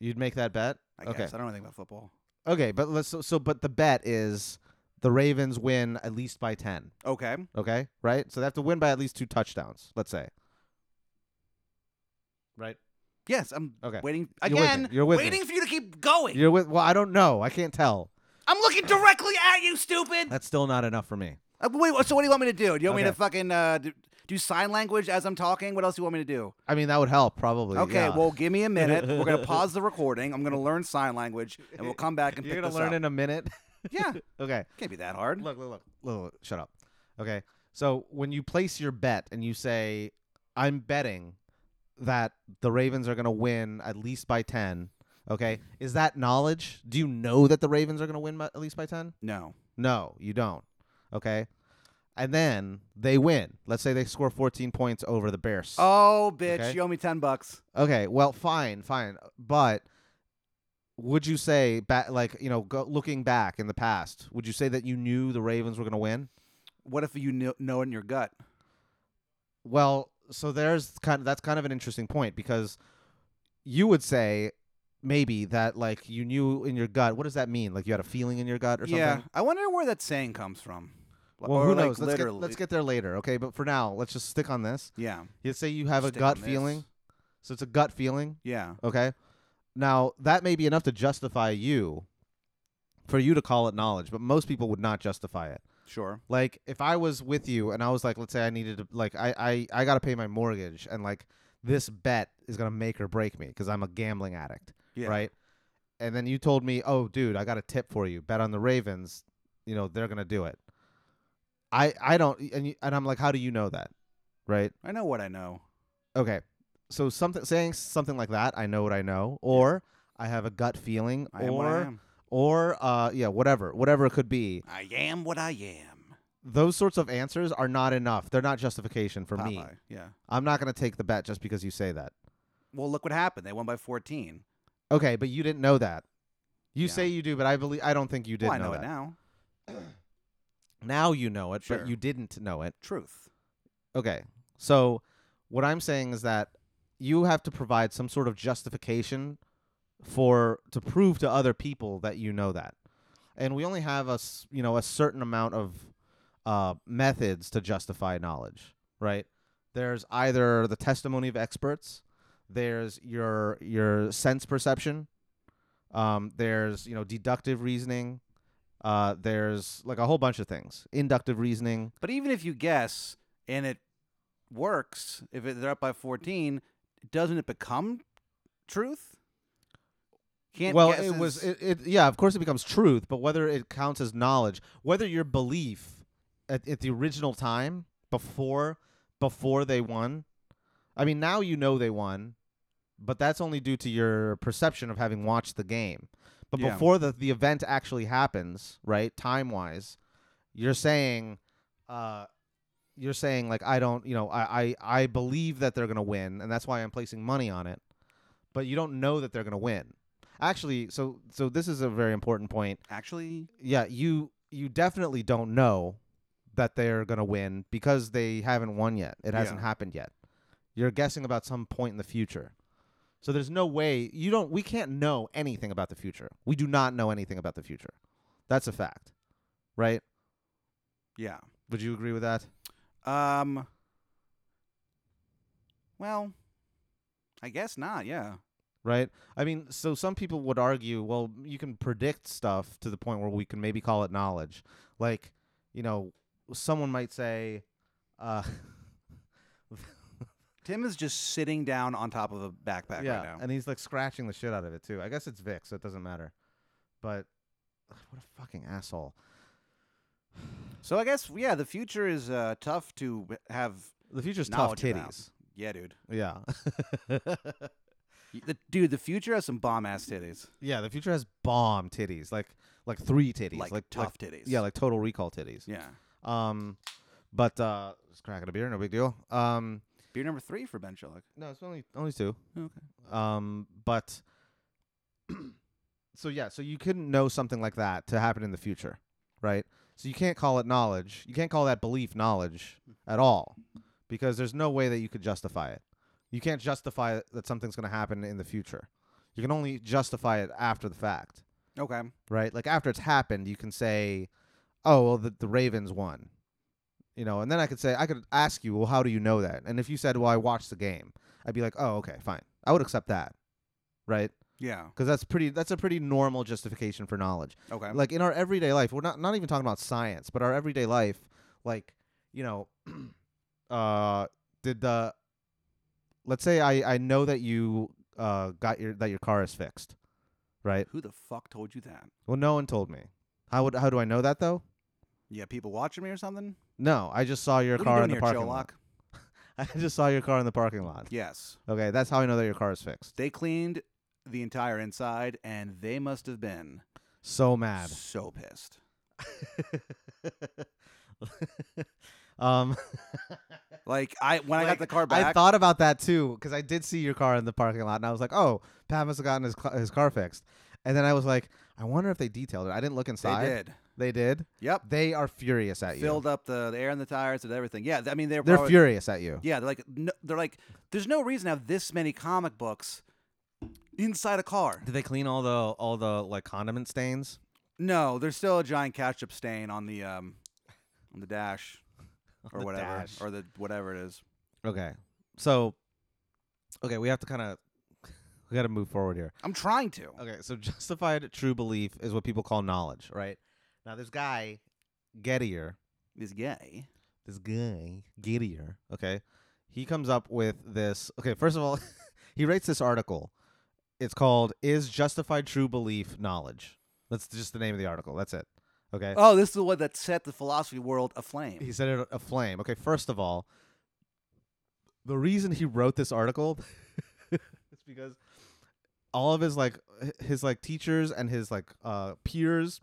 You'd make that bet. I Okay. guess. I don't know anything about football. Okay, but let's so, so but the bet is the Ravens win at least by ten. Okay. Okay, right? So they have to win by at least two touchdowns. Let's say. Right. Yes, I'm Okay. waiting You're with me. again. You're with me. waiting for you to keep going. You're with. Well, I don't know. I can't tell. I'm looking directly at you, stupid. That's still not enough for me. Uh, wait, so what do you want me to do? Do you want me to Okay. fucking uh, do, do sign language as I'm talking? What else do you want me to do? I mean, that would help probably. Okay, yeah. well, give me a minute. We're gonna pause the recording. I'm gonna learn sign language, and we'll come back and you're pick gonna this learn up. in a minute. Yeah, okay. can't be that hard. Look, look, look, look, look, shut up. Okay. So when you place your bet and you say, I'm betting that the Ravens are going to win at least by 10, okay, is that knowledge? Do you know that the Ravens are going to win by, at least by 10? No. No, you don't. Okay. And then they win. Let's say they score 14 points over the Bears. Oh, bitch, Okay. you owe me ten bucks. Okay, well, fine, fine, but would you say, ba- like you know, go- looking back in the past, would you say that you knew the Ravens were going to win? What if you kn- know it in your gut? Well, so there's kind of that's kind of an interesting point because you would say maybe that like you knew in your gut. What does that mean? Like you had a feeling in your gut or something? Yeah, I wonder where that saying comes from. Well, or who like, knows? Let's get, Literally. let's get there later, okay? But for now, let's just stick on this. Yeah. You say you have a Stick gut on this. feeling, so it's a gut feeling, Yeah. okay? Now that may be enough to justify you, for you to call it knowledge, but most people would not justify it. Sure. Like if I was with you and I was like, let's say I needed to like I I, I gotta pay my mortgage and like this bet is gonna make or break me because I'm a gambling addict, Yeah. right? And then you told me, oh dude, I got a tip for you. Bet on the Ravens. You know they're gonna do it. I I don't and you, and I'm like, how do you know that, right? I know what I know. Okay, so something saying something like that, I know what I know, or I have a gut feeling, I am or what I am. or uh yeah, whatever, whatever it could be. I am what I am. those sorts of answers are not enough. They're not justification for me. Popeye, Yeah. I'm not going to take the bet just because you say that. Well, look what happened. They won by 14. Okay, but you didn't know that. You Yeah. say you do, but I believe I don't think you did Well, I know that. it now. Now you know it, Sure. but you didn't know it. Truth. Okay. So what I'm saying is that you have to provide some sort of justification for to prove to other people that you know that. And we only have a, s- you know, a certain amount of uh, methods to justify knowledge, right? There's either the testimony of experts, there's your your sense perception, um, there's you know deductive reasoning, uh, there's like a whole bunch of things, inductive reasoning, But even if you guess and it works, if it, they're up by 14, doesn't it become truth? Can't well guess it was is- it, it yeah of course it becomes truth but whether it counts as knowledge whether your belief at, at the original time before before they won i mean now you know they won but that's only due to your perception of having watched the game but Yeah. before the, the event actually happens right time wise you're saying uh you're saying like i don't you know I, I i believe that they're gonna win and that's why i'm placing money on it but you don't know that they're gonna win actually, so so this is a very important point. Actually, Yeah, you you definitely don't know that they're gonna win because they haven't won yet. It hasn't Yeah. happened yet. You're guessing about some point in the future. So there's no way you don't. We can't know anything about the future. We do not know anything about the future. That's a fact, right? yeah. Would you agree with that? Um. Well, I guess not. Yeah. right? I mean, so some people would argue, well, you can predict stuff to the point where we can maybe call it knowledge. Like, you know, someone might say, uh, Tim is just sitting down on top of a backpack yeah, right now. and he's like scratching the shit out of it too. I guess it's Vic, so it doesn't matter. But ugh, what a fucking asshole! So I guess yeah, the future is uh, tough to w- have. The future's tough Knowledge about. titties. Yeah, dude. Yeah, Y- The, dude, the future has some bomb ass titties, yeah. The future has bomb titties, like like three titties, like like, like- tough titties. yeah, like Total Recall titties. yeah. Um, but uh, just cracking a beer, no big deal. Um, Beer number three for Ben Sherlock. No, it's only only two. Okay. Um, but so yeah, so you couldn't know something like that to happen in the future, right? So you can't call it knowledge. You can't call that belief knowledge at all, because there's no way that you could justify it. You can't justify that something's going to happen in the future. You can only justify it after the fact, Okay. right? Like after it's happened, you can say, "Oh, well, the, the Ravens won," you know, and then I could say, I could ask you, "Well, how do you know that?" And if you said, "Well, I watched the game," I'd be like, "Oh, okay, fine. I would accept that," right? Yeah. Because that's pretty. That's a pretty normal justification for knowledge. Okay. Like in our everyday life, we're not not even talking about science, but our everyday life, like you know, uh, did the let's say I I know that you uh got your that your car is fixed, right? Who the fuck told you that? Well, no one told me. How would how do I know that though? Yeah, people watching me or something. No, I just saw your What are you car doing in the here, parking lot. Sherlock? I just saw your car in the parking lot. Yes, Okay, that's how I know that your car is fixed. they cleaned the entire inside, and they must have been So mad. so pissed. um, Like I when I got Like, the car back, I thought about that too because I did see your car in the parking lot, and I was like, "Oh, Pat must have gotten his cl- his car fixed." And then I was like, "I wonder if they detailed it." I didn't look inside. they did. They did. Yep, They are furious at filled up the, the air in the tires and everything. Yeah, th- I mean they're you. They're probably, furious at you. Yeah, they're like no, they're like there's no reason to have this many comic books inside a car. Did they clean all the all the like condiment stains? No, there's still a giant ketchup stain on the um on the dash or the whatever dash. or the whatever it is. Okay, so okay, we have to kind of we got to move forward here. I'm trying to. Okay, so justified true belief is what people call knowledge, right? Now this guy, Gettier, This guy. this guy, Gettier, okay, he comes up with this. Okay, first of all, he writes this article. It's called "Is Justified True Belief Knowledge?" That's just the name of the article. That's it. Okay. Oh, this is the one that set the philosophy world aflame. He said it aflame. Okay, first of all, the reason he wrote this article is because all of his like h- his like teachers and his like uh peers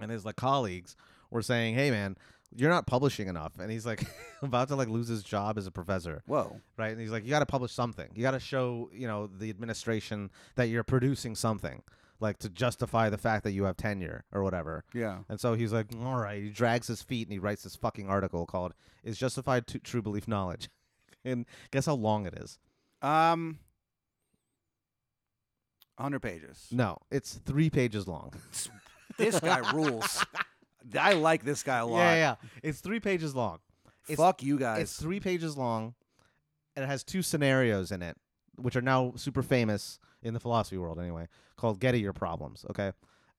and his like colleagues were saying, "Hey man, you're not publishing enough." And he's like about to like lose his job as a professor, Whoa. right? And he's like, "You got to publish something. You got to show, you know, the administration that you're producing something." Like to justify the fact that you have tenure or whatever. Yeah. And so he's like, all right. He drags his feet and he writes this fucking article called "Is Justified to True Belief Knowledge?" and guess how long it is? Um 100 pages. No, it's three pages long. this guy rules. I like this guy a lot. Yeah, yeah, yeah. It's three pages long. It's- Fuck you guys. It's three pages long, and it has two scenarios in it, which are now super famous in the philosophy world anyway, called Gettier problems. Okay,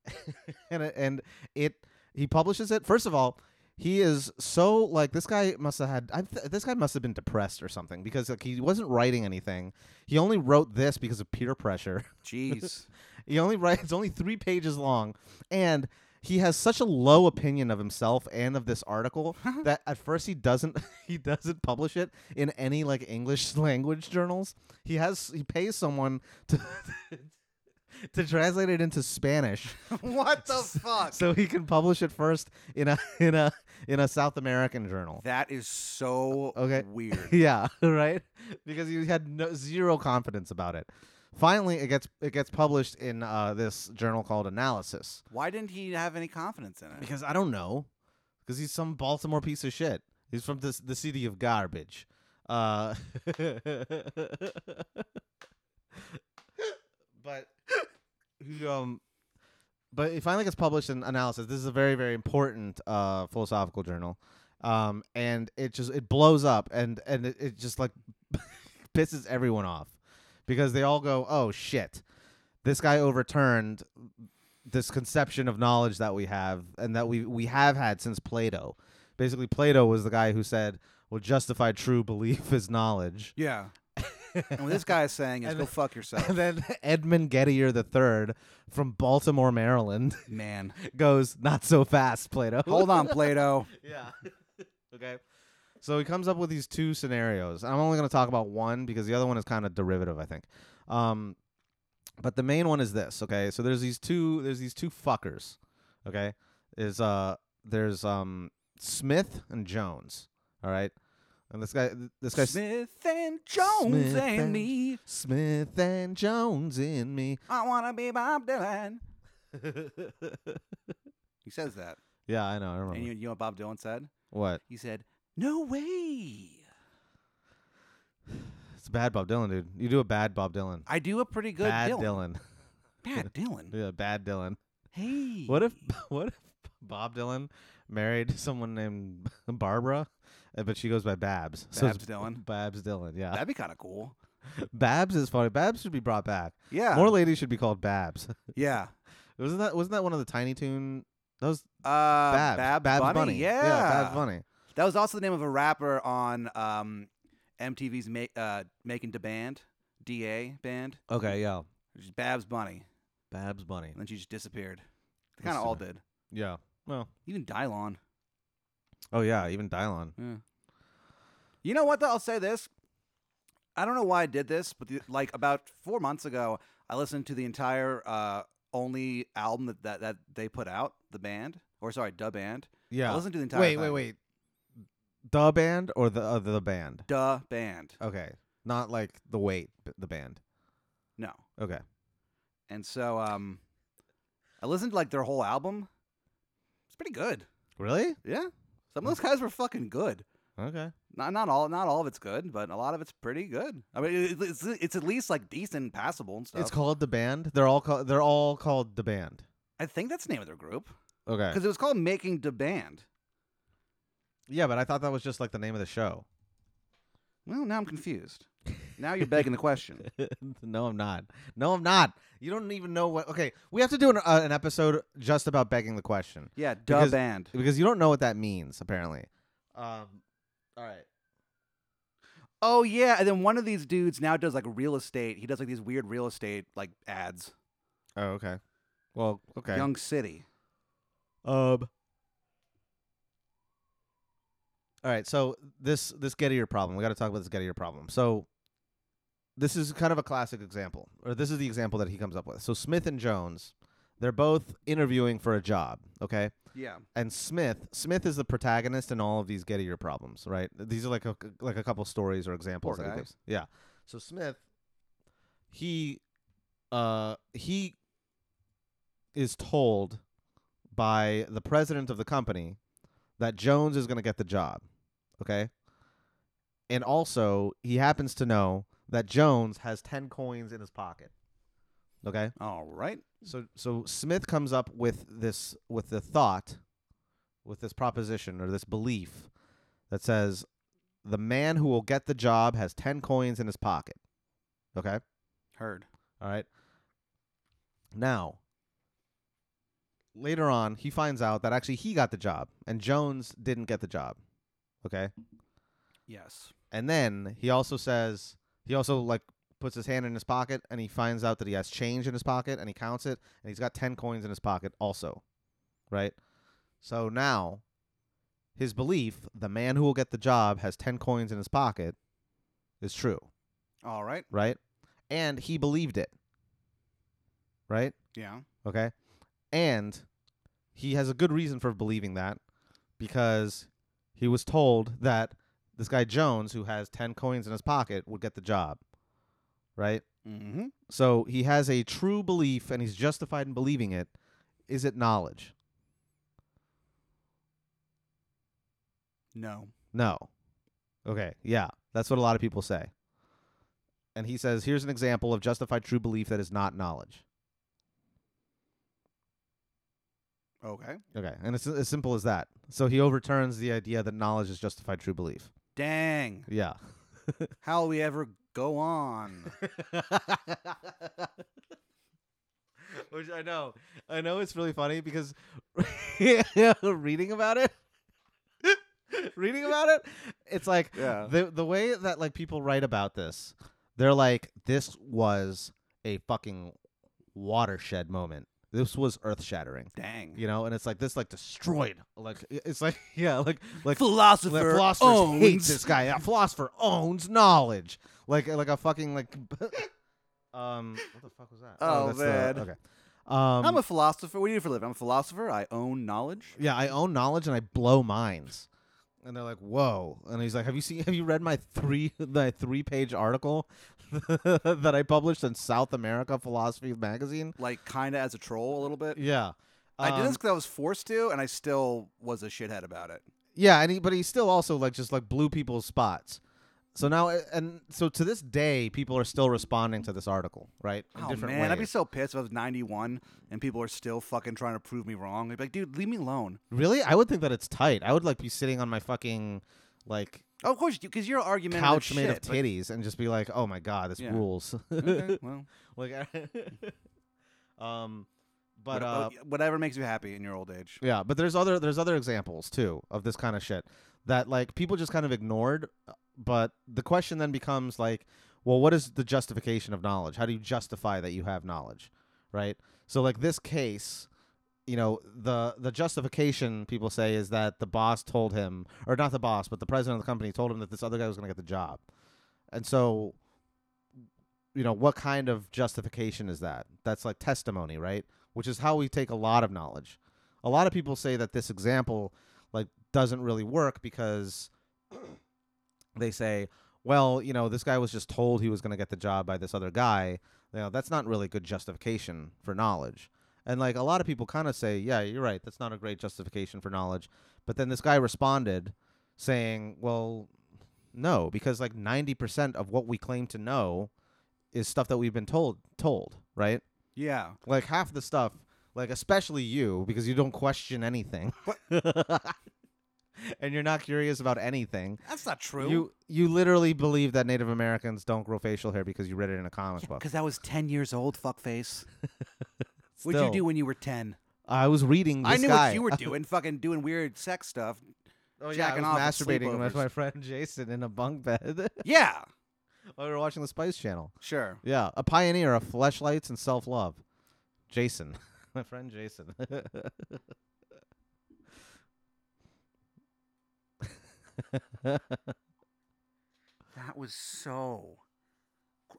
and it- and it he publishes it. First of all, he is so like this guy must have had I th- this guy must have been depressed or something because like he wasn't writing anything. He only wrote this because of peer pressure. Jeez. He only writes it's only three pages long, and he has such a low opinion of himself and of this article that at first he doesn't he doesn't publish it in any like English language journals. He has he pays someone to to translate it into Spanish what the fuck? so he can publish it first in a in a in a South American journal. That is so Okay. weird. Yeah, right? Because he had no, zero confidence about it. finally it gets it gets published in uh, this journal called Analysis Why didn't he have any confidence in it? because I don't know because he's some Baltimore piece of shit. He's from this the city of garbage. Uh, but he, um, but it finally gets published in Analysis. This is a very very important uh, philosophical journal, um, and it just it blows up and and it, it just like pisses everyone off because they all go, oh shit, this guy overturned this conception of knowledge that we have and that we we have had since Plato. Basically, Plato was the guy who said, "Well, justify true belief is knowledge." yeah. and what this guy is saying is And go then- fuck yourself, And then Edmund Gettier III from Baltimore, Maryland, man. goes, "Not so fast, Plato." Hold on, Plato. Yeah. okay. So he comes up with these two scenarios. I'm only going to talk about one because the other one is kind of derivative, I think. Um, but the main one is this. Okay. So there's these two. There's these two fuckers. Okay. Is uh there's um Smith and Jones. All right. And this guy. This guy. Smith and Jones Smith and, and- me. Smith and Jones in me. I wanna be Bob Dylan. He says that, yeah, I know. I remember. and you, you know what Bob Dylan said? what? He said, "No way." It's a bad Bob Dylan, dude. You do a bad Bob Dylan. I do a pretty good bad Dylan. Dylan. Bad Dylan. Yeah, bad Dylan. Hey. What if what if Bob Dylan married someone named Barbara, uh, but she goes by Babs? it's Babs Dylan. Babs Dylan. Yeah. That'd be kind of cool. Babs is funny. Babs should be brought back. Yeah. More ladies should be called Babs. yeah. wasn't that wasn't that one of the Tiny Toon? That was Uh, Babs. Babs, Bunny. Yeah. Babs Bunny. That was also the name of a rapper on um, MTV's Ma- uh, Making the Band, DA band. Okay. Yeah. Which is Babs Bunny. Babs Bunny. And then she just disappeared. They That's kind of all too did. Yeah. Well. Even Dylon. Oh yeah. Even Dylon. Yeah. You know what? Though? I'll say this. I don't know why I did this, but the, like about four months ago, I listened to the entire uh, only album that, that that they put out, the band, or sorry, the band. I Yeah. listened to the entire. Wait. Wait. thing. Wait. The band or the uh, the band? Da band. Okay. Not like the weight, but the band. No. Okay. And so um, I listened to like their whole album. It's pretty good. Really? Yeah. Some of those guys were fucking good. Okay. Not not all not all of it's good, but a lot of it's pretty good. I mean, it- it's it's at least like decent, and passable, and stuff. It's called the band. They're all called. They're all called the band. I think that's the name of their group Okay. because it was called Making the Band. Yeah, but I thought that was just like the name of the show. Well, now I'm confused. Now you're begging the question. no, I'm not. No, I'm not. You don't even know what. Okay, we have to do an, uh, an episode just about begging the question Yeah, da Because- band. because you don't know what that means apparently. Um. All right. Oh yeah, and then one of these dudes now does like real estate. He does like these weird real estate like ads. Oh, okay. Well, okay. Young City. Um. All right, so this this Gettier problem. We got to talk about this Gettier problem. So this is kind of a classic example, or this is the example that he comes up with. So Smith and Jones, they're both interviewing for a job. Okay, Yeah. and Smith. Smith is the protagonist in all of these Gettier problems, right? These are like a, like a couple stories or examples. Poor that guy. he gives. Yeah. So Smith, he, uh, he is told by the president of the company that Jones is going to get the job. Okay. And also, he happens to know that Jones has ten coins in his pocket. Okay. All right. So so Smith comes up with this with the thought, with this proposition or this belief that says the man who will get the job has ten coins in his pocket. Okay? Heard. All right. Now later on he finds out that actually he got the job and Jones didn't get the job. Okay? Yes. And then he also says he also like puts his hand in his pocket and he finds out that he has change in his pocket and he counts it and he's got 10 coins in his pocket also. Right? So now his belief, the man who will get the job has 10 coins in his pocket is true, All right. right? And he believed it. Right? Yeah. Okay? And he has a good reason for believing that because he was told that this guy Jones, who has 10 coins in his pocket, would get the job. Right? Mm-hmm. So he has a true belief and he's justified in believing it. Is it knowledge? No. No. Okay. Yeah. That's what a lot of people say. And he says, here's an example of justified true belief that is not knowledge. Okay. Okay. And it's as simple as that. So he overturns the idea that knowledge is justified true belief. Dang. Yeah. How'll we ever go on? Which I know, I know it's really funny because reading about it, reading about it, it's like Yeah. the the way that like people write about this, they're like, this was a fucking watershed moment. This was earth shattering, Dang. you know. And it's like this like destroyed, like i- it's like yeah, like like. philosopher The philosophers hate this guy. A philosopher owns knowledge, like like a fucking like. um, what the fuck was that? Oh, that's the- man. okay. Um, I'm a philosopher. What do you do for a living? I'm a philosopher. I own knowledge. yeah, I own knowledge and I blow minds. And they're like, "Whoa!" And he's like, "Have you seen? Have you read my three my three page article that I published in South America Philosophy Magazine?" Like kind of as a troll a little bit. Yeah, I did Um, this because I was forced to, and I still was a shithead about it. Yeah, and he, but he still also like just like blew people's spots. So now and so to this day, people are still responding to this article, right? In Oh different man, I'd be ways. so pissed if I was 91 and people are still fucking trying to prove me wrong. I'd be like, dude, leave me alone. really, I would think that it's tight. I would like be sitting on my fucking like Oh, of course, because you're argumentative couch made of shit, but- titties and just be like, "Oh my god, this Yeah. rules." Okay, well, like, um, but what- oh, uh, what- whatever makes you happy in your old age. Yeah, but there's other there's other examples too of this kind of shit that like people just kind of ignored. uh, But the question then becomes like, well, what is the justification of knowledge? How do you justify that you have knowledge, right? So like this case, you know, the the justification people say is that the boss told him, or not the boss, but the president of the company told him that this other guy was going to get the job, and so. You know, what kind of justification is that? That's like testimony, right? Which is how we take a lot of knowledge a lot of people say that this example like doesn't really work because they say well you know this guy was just told he was going to get the job by this other guy you know that's not really good justification for knowledge and like a lot of people kind of say yeah you're right that's not a great justification for knowledge but then this guy responded saying well no because like 90% of what we claim to know is stuff that we've been told told right Yeah. like half the stuff like especially you because you don't question anything and you're not curious about anything That's not true. you you literally believe that native americans don't grow facial hair because you read it in a comic book Because I was 10 years old, fuckface. What'd you Still, do when you were 10? i was reading this I knew guy. what you were doing, fucking doing weird sex stuff. oh, yeah, jacking I was off at masturbating with sleepovers. my friend jason in a bunk bed Yeah, while we were watching the spice channel sure. yeah a pioneer of fleshlights and self-love jason my friend jason That was so.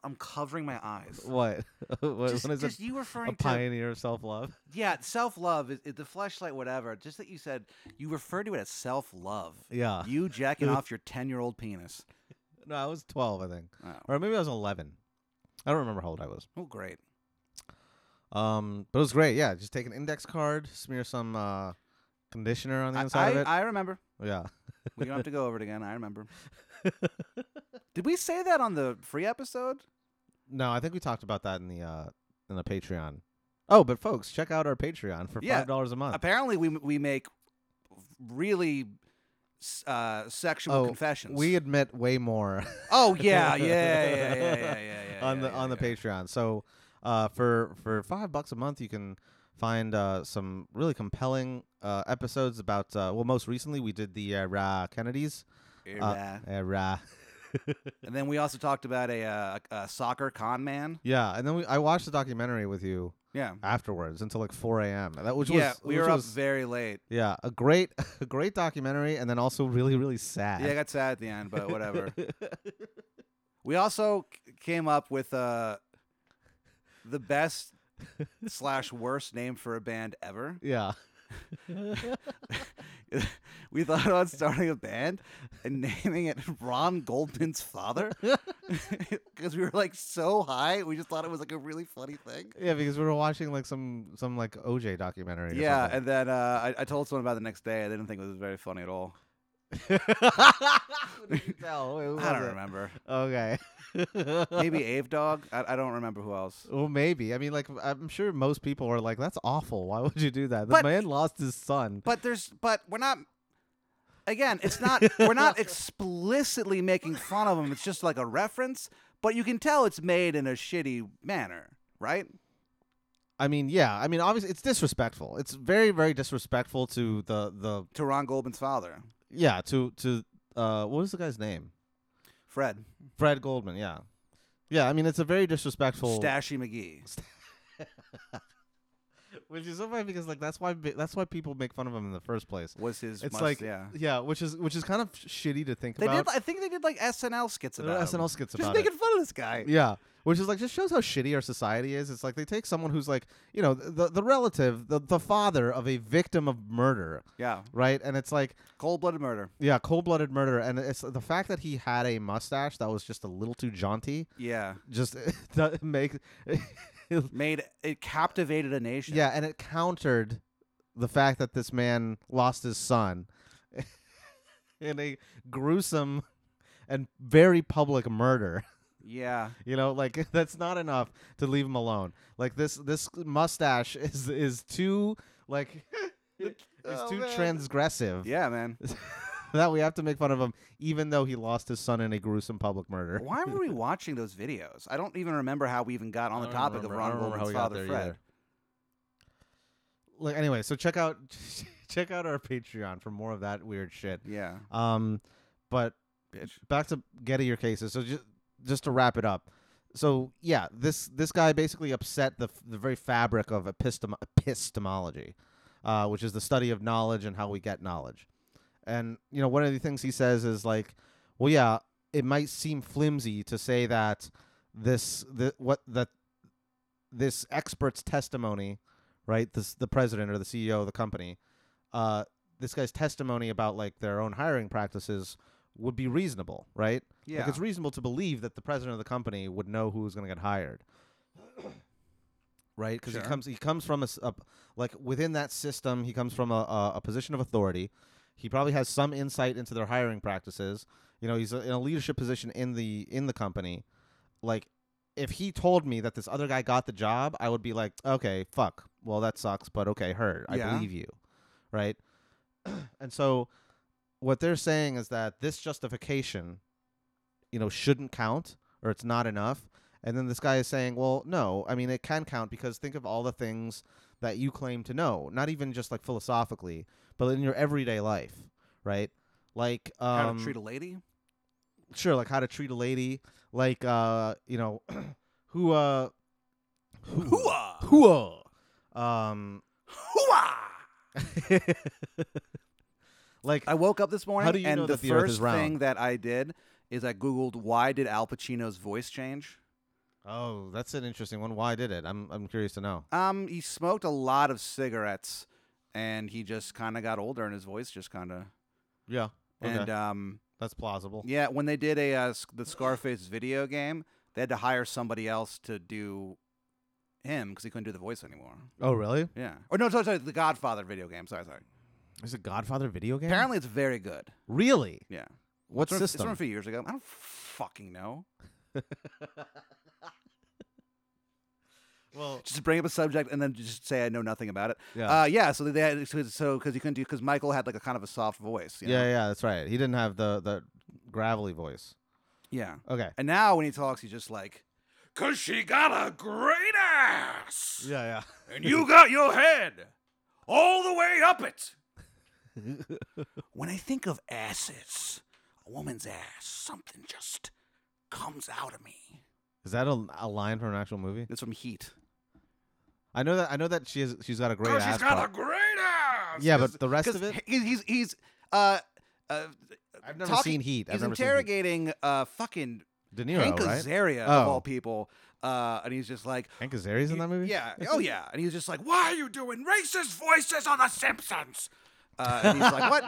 I'm covering my eyes. what what just when is it just you a referring to pioneer of self-love yeah, self love is, is the flashlight, whatever. Just that you said you refer to it as self love. yeah You jacking off your ten year old penis. No, I was 12, I think. Oh, Or maybe I was 11. I don't remember how old I was. oh, great. Um, but it was great. Yeah, just take an index card, smear some uh, conditioner on the I, inside of I- it. I remember. yeah. We don't have to go over it again. I remember. Did we say that on the free episode? No, I think we talked about that in the uh, in the Patreon. Oh, but folks, check out our Patreon for Yeah, five dollars a month. Apparently, we we make really s- uh, sexual Oh, confessions. we admit way more oh yeah yeah yeah yeah yeah yeah, yeah, yeah on the yeah, on the yeah. Patreon. So uh, for for five bucks a month, you can find uh, some really compelling uh, episodes about. Uh, well, most recently we did the uh, Ra Kennedys. Uh, Yeah. Uh, Ra. and then we also talked about a, uh, a a soccer con man. Yeah, and then we, I watched the documentary with you Yeah. afterwards until like 4 a.m. That which yeah, was we which were up was- very late. yeah, a great, a great documentary, and then also really, really sad. Yeah, I got sad at the end, but whatever. we also c- came up with uh, the best slash worst name for a band ever. yeah. we thought about starting a band and naming it Ron Goldman's Father because we were like so high, we just thought it was like a really funny thing. Yeah, because we were watching like some some like OJ documentary. or Yeah, something. and then uh, I, I told someone about it the next day. I didn't think it was very funny at all. Who did you tell? Who was I don't it? remember. Okay. Maybe Ave Dog. I, I don't remember who else. Well, maybe. I mean, like, I'm sure most people are like, "That's awful. Why would you do that?" The But- man lost his son. But there's, but we're not. Again, it's not. we're not explicitly making fun of him. It's just like a reference. But you can tell it's made in a shitty manner, right? I mean, yeah. I mean, obviously, it's disrespectful. It's very, very disrespectful to the the To Ron Goldman's father, yeah to to uh what was the guy's name? Fred Fred Goldman. Yeah, yeah. I mean, it's a very disrespectful. Stashy McGee. Which is so funny because like that's why bi- that's why people make fun of him in the first place. was his. It's must- like yeah. which is which is kind of shitty to think They about. did. I think they did like SNL skits There about are him. SNL skits Just about it. making fun of this guy. Yeah. Which is like just shows how shitty our society is. It's like they take someone who's like, you know, the the relative, the, the father of a victim of murder, Yeah, right? And it's like, cold-blooded murder. yeah, cold-blooded murder and it's the fact that he had a mustache that was just a little too jaunty Yeah, just that make made it captivated a nation. yeah, and it countered the fact that this man lost his son in a gruesome and very public murder. yeah. You know, like that's not enough to leave him alone. Like this this mustache is is too like is Oh, too man. transgressive. Yeah, man. that we have to make fun of him even though he lost his son in a gruesome public murder. Why were we watching those videos? I don't even remember how we even got on I the don't topic remember- of I Ron don't remember how Goldman's we got father, there Fred. either. Like anyway, so check out check out our Patreon for more of that weird shit. Yeah, Um but bitch. back to getting your cases. So just just to wrap it up. So yeah, this this guy basically upset the f- the very fabric of epistem- epistemology, uh, which is the study of knowledge and how we get knowledge. And you know, one of the things he says is like, well, yeah, it might seem flimsy to say that this the what that this expert's testimony, right? This the president or the CEO of the company, uh, this guy's testimony about like their own hiring practices would be reasonable, right? Yeah, Like it's reasonable to believe that the president of the company would know who was going to get hired. right? Cuz Sure. he comes he comes from a, s- a- like within that system, he comes from a, a a position of authority. He probably has some insight into their hiring practices. You know, he's a, in a leadership position in the in the company. Like if he told me that this other guy got the job, I would be like, "Okay, fuck. Well, that sucks, but okay, heard. I Yeah. believe you." Right? and so what they're saying is that this justification you know shouldn't count or it's not enough and then this guy is saying well no i mean it can count because think of all the things that you claim to know not even just like philosophically but in your everyday life right like um how to treat a lady. sure like how to treat a lady like uh you know who uh Hooah! who um Hooah! like I woke up this morning, do you and know the that the Earth is first thing round? that I did is I googled why did Al Pacino's voice change. oh that's an interesting one why did it i'm i'm curious to know Um, he smoked a lot of cigarettes, and he just kind of got older, and his voice just kind of. yeah uh, okay. And um, that's plausible Yeah, when they did a uh, s- the Scarface video game, they had to hire somebody else to do him because he couldn't do the voice anymore. oh really Yeah, or no, sorry, sorry, the Godfather video game. Sorry, sorry. Is it Godfather video game? Apparently, it's very good. Really? Yeah, It's What from- It's system? from a few years ago. I don't fucking know. well, Just bring up a subject and then just say I know nothing about it. yeah. Uh, yeah. So they had so because he couldn't do because Michael had like a kind of a soft voice. you yeah, know? yeah, that's right. He didn't have the the gravelly voice. yeah. Okay. And now when he talks, he's just like, "Cause she got a great ass." Yeah, and you got your head all the way up it. yeah. When I think of asses, a woman's ass, something just comes out of me. Is that a, a line from an actual movie? It's from Heat. I know that I know that she has Oh, she's got a great Girl, ass. she's got part. a great ass. yeah, 'Cause- but the rest 'cause of it, he- he's he's uh, uh I've never talking- seen Heat. I've he's never seen Heat. interrogating uh fucking De Niro, Hank right? Azaria of Oh. all people, uh, and he's just like. Hank Azaria's in "You- that movie. Yeah. Oh, yeah. And he's just like, "Why are you doing racist voices on The Simpsons?" Uh, and he's like, what?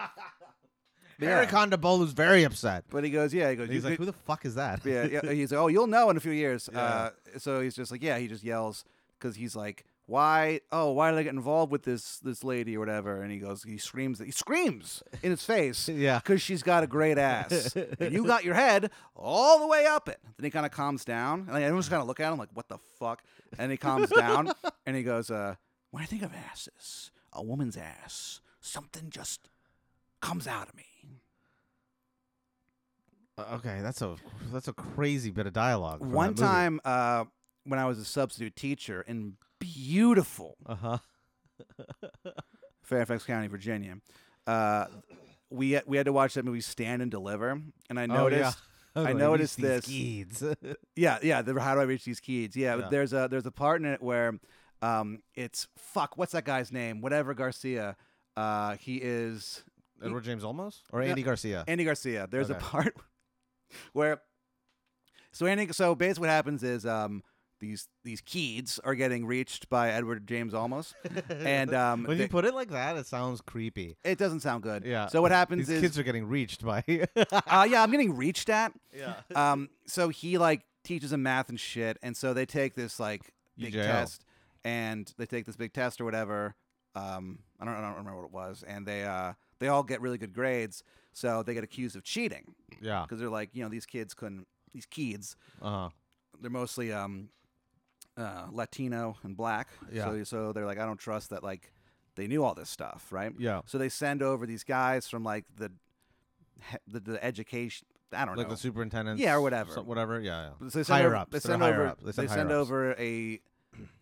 But yeah. Eric Condabolu's very upset. But he goes, yeah. He goes, He's "You like, who could- the fuck is that? yeah, yeah. He's like, oh, you'll know in a few years. Yeah. Uh, so he's just like, yeah. He just yells because he's like, why? Oh, why did I get involved with this this lady or whatever? And he goes, he screams, he screams in his face yeah. because she's got a great ass, and you got your head all the way up it. Then he kind of calms down, and like, everyone's kind of look at him like, what the fuck? And he calms down, and he goes, uh, when I think of asses, a woman's ass, something just comes out of me. Uh, Okay, that's a that's a crazy bit of dialogue. from that One movie. time uh, when I was a substitute teacher in beautiful Uh-huh. Fairfax County, Virginia, uh, we we had to watch that movie Stand and Deliver, and I Oh, yeah. noticed. was I like, noticed "These this." kids." yeah, yeah. the, how do I reach these kids? Yeah, but Yeah. there's a there's a part in it where, um, it's fuck. What's that guy's name? Whatever Garcia. Uh, he is Edward James Olmos or No. Andy Garcia? Andy Garcia. There's a Okay. part where so Andy so basically what happens is um these these kids are getting reached by Edward James almost. And um when they- you put it like that, it sounds creepy. it doesn't sound good. Yeah. So what happens These is kids are getting reached by. uh, yeah, I'm getting reached at. yeah. Um so he like teaches him math and shit and so they take this like big UJL. test and they take this big test or whatever. Um I don't I don't remember what it was and they uh they all get really good grades so they get accused of cheating Yeah. because they're like you know these kids couldn't these kids Uh-huh. they're mostly um, uh, Latino and black. Yeah. So, so they're like, I don't trust that. Like, they knew all this stuff, right? Yeah. So they send over these guys from like the he- the, the education. I don't Like know. the superintendent. Yeah, or whatever. whatever. Yeah. yeah. So they send higher over, ups. They They're send higher over. up. They send higher send ups. over a,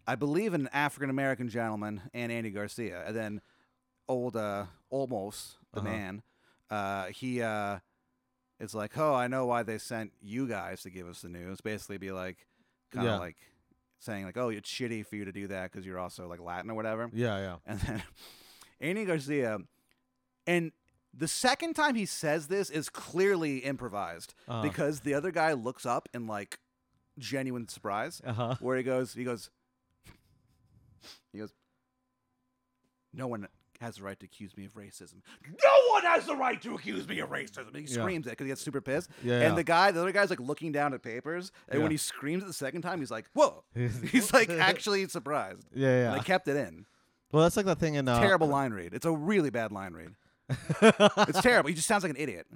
I believe an African American gentleman and Andy Garcia, and then old uh, Olmos, the Uh-huh. man. Uh, he uh, is like, oh, I know why they sent you guys to give us the news. Basically, be like, kind of Yeah. like saying like, oh, it's shitty for you to do that because you're also like Latin or whatever. Yeah, yeah. And then Andy Garcia, and the second time he says this is clearly improvised Uh-huh. because the other guy looks up in like genuine surprise uh-huh. where he goes he goes he goes no one has the right to accuse me of racism no one has the right to accuse me of racism he Yeah. screams it because he gets super pissed Yeah. and the guy the other guy's like looking down at papers and when Yeah. he screams it the second time he's like whoa yeah. he's like actually surprised yeah, and yeah. i kept it in Well, that's like that thing in uh, terrible line read it's a really bad line read it's terrible he just sounds like an idiot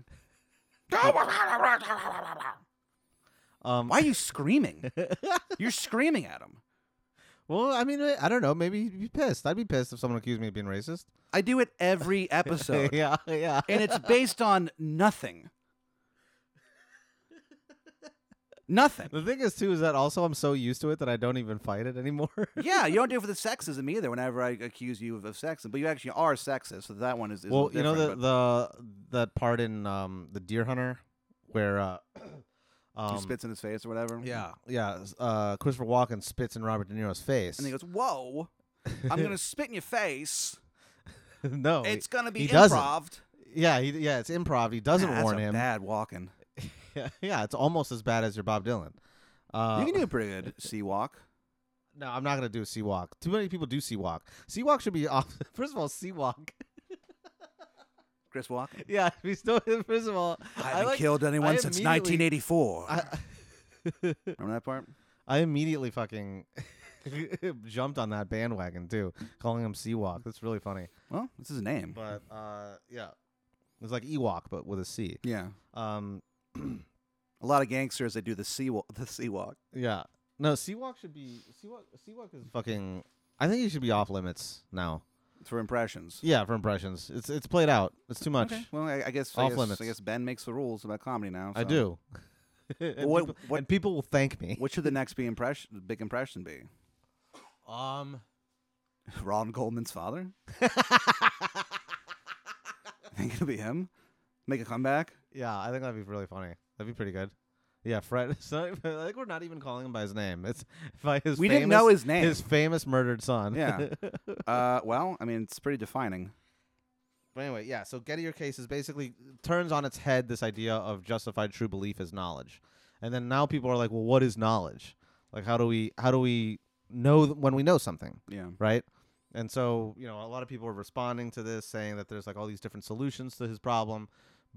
um, why are you screaming you're screaming at him Well, I mean, I I don't know. Maybe you'd be pissed. I'd be pissed if someone accused me of being racist. I do it every episode, yeah, yeah. and it's based on nothing. Nothing. The thing is, too, is that also I'm so used to it that I don't even fight it anymore. Yeah, you don't do it for the sexism either. Whenever I accuse you of, of sexism, but you actually are sexist, so that one is. is well, you know the different, the that part in um the Deer Hunter where uh but um he spits in his face or whatever. yeah yeah s- uh Christopher Walken spits in Robert De Niro's face. and he goes, "Whoa, I'm gonna spit in your face. no, Oh, he- It's gonna be he doesn't. improv." yeah, he, yeah, it's improv. He doesn't Nah, warn that's a him. Bad walking. yeah, yeah, it's almost as bad as your Bob Dylan. Uh, you can do a pretty good sea walk. No, I'm not gonna do a sea walk. Too many people do sea walk. Sea walk should be off. First of all, sea walk. Chris walk. Yeah, we still. First of all, I I haven't like- killed anyone I since immediately- 1984. I, Remember that part? I immediately fucking jumped on that bandwagon too, calling him sea walk. That's really funny. Well, that's his name. But uh, yeah, it's like Ewok but with a C. Yeah. Um, A lot of gangsters that do the sea walk, the sea walk. yeah. No, sea walk should be sea walk. Sea walk is fucking. I think he should be off limits now. for impressions. Yeah, for impressions. It's it's played out. It's too much. Okay. Well, I, I guess I Off guess, limits. I guess Ben makes the rules about comedy now. I so. do. and, what- people, what- and people will thank me. What should the next be impression? Big impression be Um. Ron Goldman's father. Think it'll be him. Make a comeback. Yeah, I think that'd be really funny. That'd be pretty good. Yeah, Fred. It's not, even- I think we're not even calling him by his name. It's by his. We famous, didn't know his name. His famous murdered son. Yeah. uh, well, I mean, it's pretty defining. but anyway, yeah. So Gettier case is basically turns on its head this idea of justified true belief as knowledge, and then now people are like, well, what is knowledge? Like, how do we how do we know th- when we know something, Yeah. right? And so, you know, a lot of people are responding to this saying that there's like all these different solutions to his problem,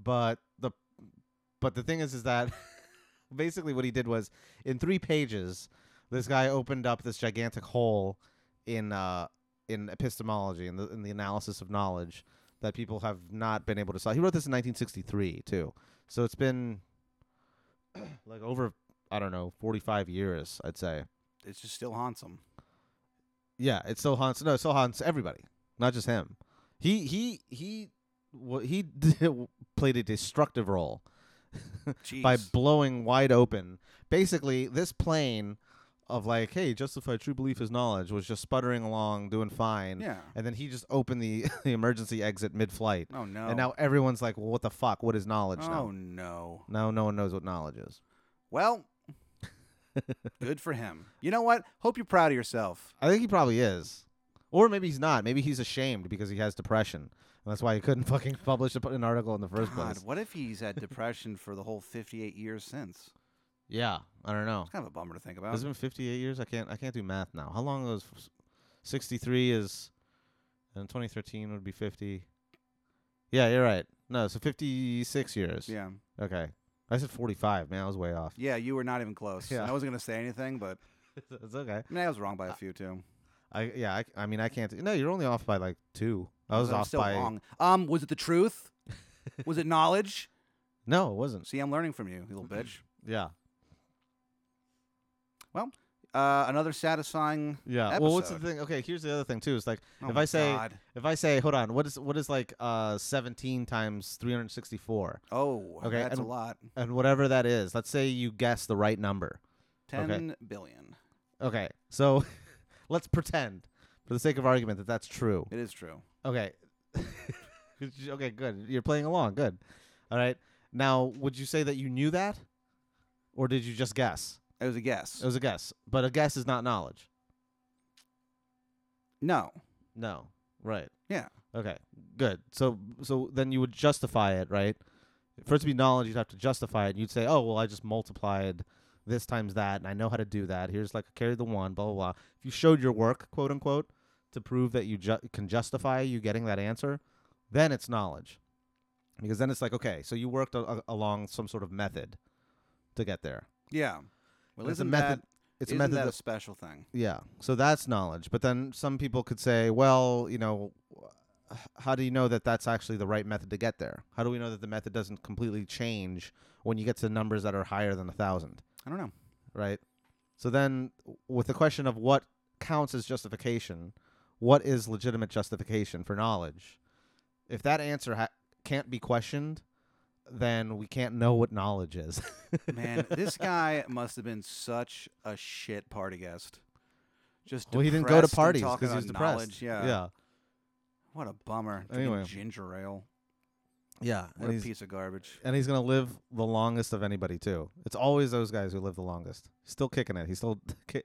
but the but the thing is is that basically what he did was in 3 pages this guy opened up this gigantic hole in uh in epistemology in the in the analysis of knowledge that people have not been able to solve. He wrote this in 1963 too. So it's been like over I don't know, 45 years, I'd say. It just still haunts him. Yeah, it still haunts. No, it still haunts everybody, not just him. He he he wa he did- played a destructive role Jeez. by blowing wide open. Basically, this plane of like, hey, justify true belief is knowledge was just sputtering along, doing fine, yeah. and then he just opened the the emergency exit mid-flight, Oh no. and now everyone's like, well, what the fuck? What is knowledge now? Oh no. Now no one knows what knowledge is. Well, good for him. You know what? Hope you're proud of yourself. I think he probably is. Or maybe he's not. Maybe he's ashamed because he has depression. And that's why he couldn't fucking publish a, an article in the first God, place. what if he's had depression for the whole 58 years since? Yeah, I don't know. It's kind of a bummer to think It's about. been 58 years. I can't I can't do math now. How long was 63 is and 2013 would be 50. Yeah, you're right. No, so 56 years. Yeah, Okay. I said 45, man. I was way off. yeah, you were not even close. Yeah. Uh, I wasn't gonna say anything, but it's okay. I, mean, I was wrong by a few too. I yeah, I, I mean I can't. No, you're only off by like 2. I was Oh, I'm off still by wrong. Um, was it the truth? was it knowledge? No, it wasn't. See, I'm learning from you, you little bitch. Yeah. Uh, another satisfying. Yeah. Well, what's the Episode. thing? Okay, here's the other thing too. Is like Oh If my I say- God. if I say, hold on, what is what is like uh 17 times 364 oh, Okay, that's a and- lot. and whatever that is. Let's say you guess the right number. Ten billion. Okay. So let's pretend for the sake of argument that that's true. It is true. Okay. okay, good. You're playing along. Good. All right. Now, would you say that you knew that or did you just guess? It was a guess. It was a guess, but a guess is not knowledge. no. No. Right. Yeah. Okay. Good. So so then you would justify it, right? For it to be knowledge, you'd have to justify it. You'd say, "Oh, well, I just multiplied this times that, and I know how to do that. Here's like carry the one, blah blah blah." If you showed your work, quote unquote, to prove that you ju- can justify you getting that answer, then it's knowledge, because then it's like, okay, so you worked a- a- along some sort of method to get there. Yeah. It's Well, a isn't method- that It's isn't a method that that a special thing? yeah. So that's knowledge. But then some people could say, well, you know, h- how do you know that that's actually the right method to get there? How do we know that the method doesn't completely change when you get to numbers that are higher than a thousand, I don't know. right? So then, w- with the question of what counts as justification, what is legitimate justification for knowledge? If that answer ha- can't be questioned, then we can't know what knowledge is. Man, this guy must have been such a shit party guest. Just well, he didn't go to depressed and parties talking because he was about depressed. knowledge. Yeah. yeah, What a bummer. Drinking Anyway. ginger ale. yeah. and What a he's- piece of garbage. and he's gonna live the longest of anybody too. It's always those guys who live the longest. Still kicking it. He's still ki-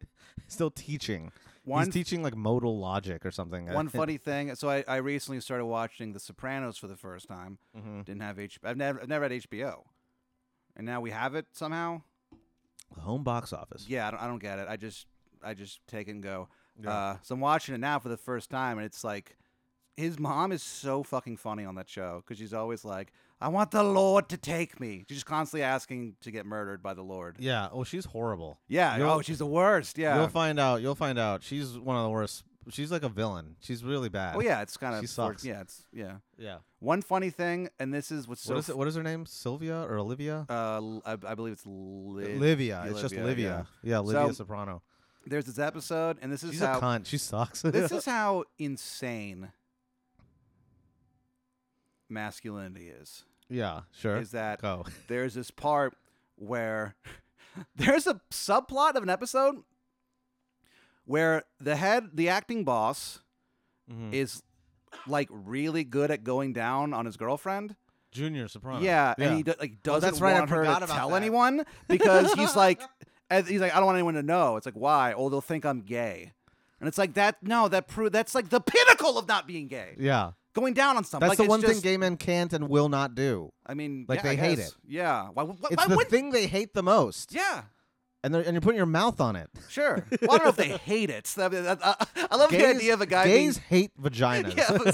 still teaching. One he's teaching like modal logic or something. one funny thing. So I, I recently started watching The Sopranos for the first time. hmm Didn't have H. I've never I've never had HBO, and now we have it somehow. Home box office. Yeah, I don't, I don't get it. I just I just take it and go. Yeah. Uh, so I'm watching it now for the first time, and it's like his mom is so fucking funny on that show because she's always like, "I want the Lord to take me." She's just constantly asking to get murdered by the Lord. Yeah. Oh, she's horrible. Yeah. You'll- oh, she's the worst. You'll Yeah. find out. You'll find out. She's one of the worst. She's like a villain. She's really bad. Oh yeah, it's kind of She sucks. yeah, it's yeah. Yeah. One funny thing, and this is what's what so is it? What is her name? Sylvia or Olivia? Uh, L- I, I believe it's Liv. Livia. It's just Uh, Olivia, Livia. Yeah, Livia So- Soprano. There's this episode, and this is She's a how cunt. She sucks. this is how insane masculinity is. yeah. Sure. Is that Go. there's this part where there's a subplot of an episode where the head, the acting boss, Mhm. is like really good at going down on his girlfriend. Junior Soprano. Yeah, and he do, like Oh, doesn't that's right, I want her forgot to about tell that. anyone because he's like, and he's like, I don't want anyone to know. It's like, why? Oh, they'll think I'm gay. And it's like that. No, that pro- that's like the pinnacle of not being gay. Yeah. Going down on someone. That's Um, like, the one it's thing just- gay men can't and will not do. I mean, like, yeah, I they hate guess. it. Yeah. Why? Why, It's why the would? thing they hate the most. yeah. and they're, and you're putting your mouth on it. Sure. Well, I don't know if they hate it. So, I, mean, that- I- uh, I- I love the Gays- idea of a guy Gays hate vaginas. being. Yeah, but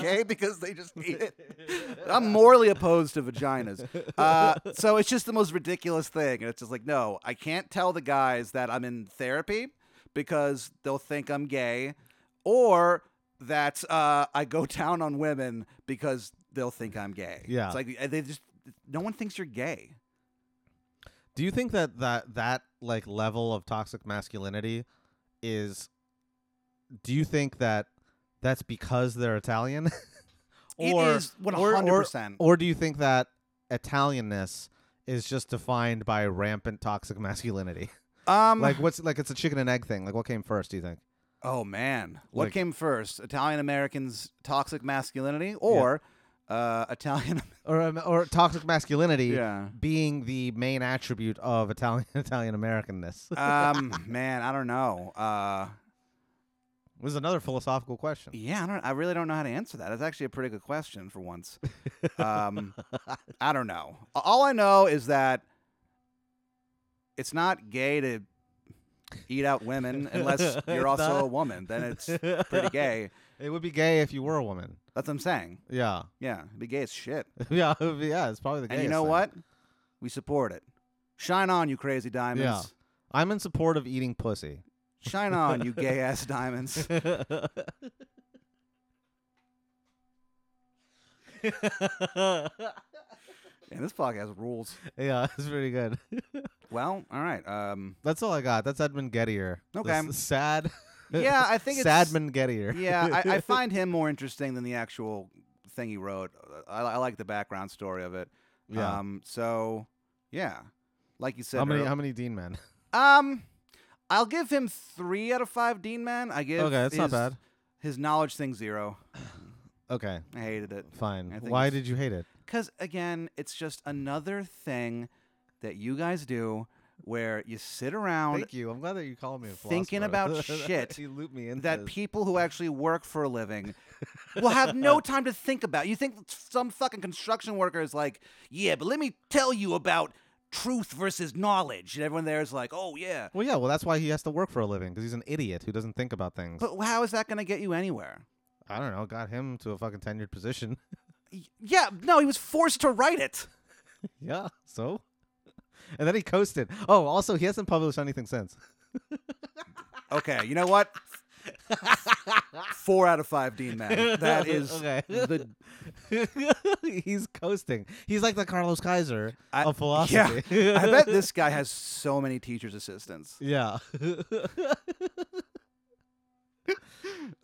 gay because they just hate it. I'm morally opposed to vaginas. Uh, so it's just the most ridiculous thing. And it's just like, no, I can't tell the guys that I'm in therapy because they'll think I'm gay or that uh, I go down on women because they'll think I'm gay. Yeah. It's like, they just, no one thinks you're gay. Do you think that that that like level of toxic masculinity is? Do you think that that's because they're Italian, or it is or- 100%. or, or do you think that Italianness is just defined by rampant toxic masculinity? um, Like what's like it's a chicken and egg thing. Like what came first? Do you think? Oh man, what Like- came first, Italian Americans' toxic masculinity or uh, Italian? Or um, or toxic masculinity Yeah. being the main attribute of Italian Italian Americanness? um, man, I don't know. Uh, This is another philosophical question. yeah, I don't. I really don't know how to answer that. That's actually a pretty good question for once. Um, I don't know. A- All I know is that it's not gay to eat out women unless It's you're also not? a woman. Then it's pretty gay. It would be gay if you were a woman. That's what I'm saying. Yeah, Yeah, it'd be gay as shit. yeah, it would be- yeah. It's probably the gayest. And you know thing. what? We support it. Shine on, you crazy diamonds. Yeah. I'm in support of eating pussy. Shine on, you gay ass diamonds. And this podcast rules. yeah, it's pretty good. Well, all right. Um, That's all I got. That's Edmund Gettier. Okay. This sad. yeah, I think it's Sadman Gettier. yeah, I, I find him more interesting than the actual thing he wrote. I, I like the background story of it. yeah. Um, so yeah, like you said, how many? earl- How many Dean men? um, I'll give him three out of five. Dean man, I give. Okay, that's not his- bad. His knowledge thing zero. Okay, I hated it. I fine. think Why it's- did you hate it? Because again, it's just another thing that you guys do where you sit around Thank you. I'm glad that you called me a Thinking philosopher. about shit you looped me in that people who actually work for a living will have no time to think about. You think some fucking construction worker is like, yeah, but let me tell you about truth versus knowledge. And everyone there is like, oh, yeah. Well, yeah. Well, that's why he has to work for a living because he's an idiot who doesn't think about things. But how is that going to get you anywhere? I don't know. Got him to a fucking tenured position. Y- Yeah, no, he was forced to write it. yeah. So. And then he coasted. Oh, also, he hasn't published anything since. Okay, you know what? Four out of five, Dean Man. That is Okay. the he's coasting. He's like the Carlos Kaiser I- of philosophy. Yeah, I bet this guy has so many teachers' assistants. Yeah.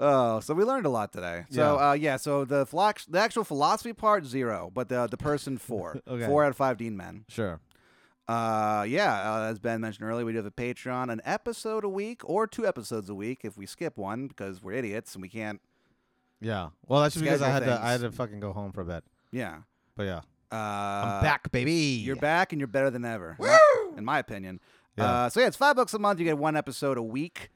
Oh, so we learned a lot today. So yeah, uh, yeah so the phlox- the actual philosophy part zero, but the the person four, Okay. four out of five Dean men. sure. Uh, yeah, uh, as Ben mentioned earlier, we do have a Patreon, an episode a week or two episodes a week if we skip one because we're idiots and we can't. Yeah. Well, that's just because I had Schedule to. I had to things. fucking go home for a bit. Yeah, But yeah, uh, I'm back, baby. You're back and you're better than ever, in my- in my opinion. Yeah. Uh, so yeah, it's five bucks a month. You get one episode a week.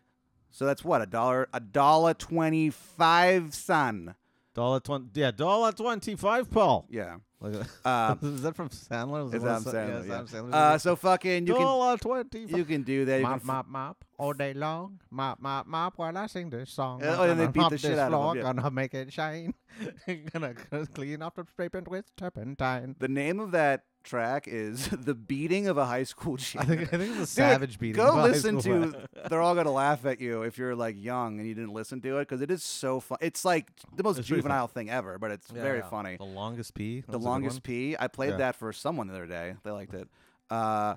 So that's what a dollar, a dollar twenty five, son. Dollar twenty. Yeah, dollar twenty-five, Paul. Yeah. Like, Uh, is that from Sandler? Was Is it Adam Sa- Sandler. Yeah, Yeah, Adam Sandler's Uh, movie? so fucking you can dollar twenty-five. you can do that. You can mop, f- mop, mop, all day long. Mop, mop, mop, while I sing this song. Uh, I'm oh, and they gonna beat the mop shit this out of 'em, floor, yeah. Gonna make it shine. gonna clean up the scraping with turpentine. The name of that track is "The Beating of a High School I Janitor." think, I think it's a Dude, savage beating. Go of a high listen school to. man. They're all gonna laugh at you if you're like young and you didn't listen to it because it is so fun. It's like the most It's pretty juvenile thing ever, but it's very funny. The longest pee. the longest P. I played Yeah. that for someone the other day. They liked it. Uh,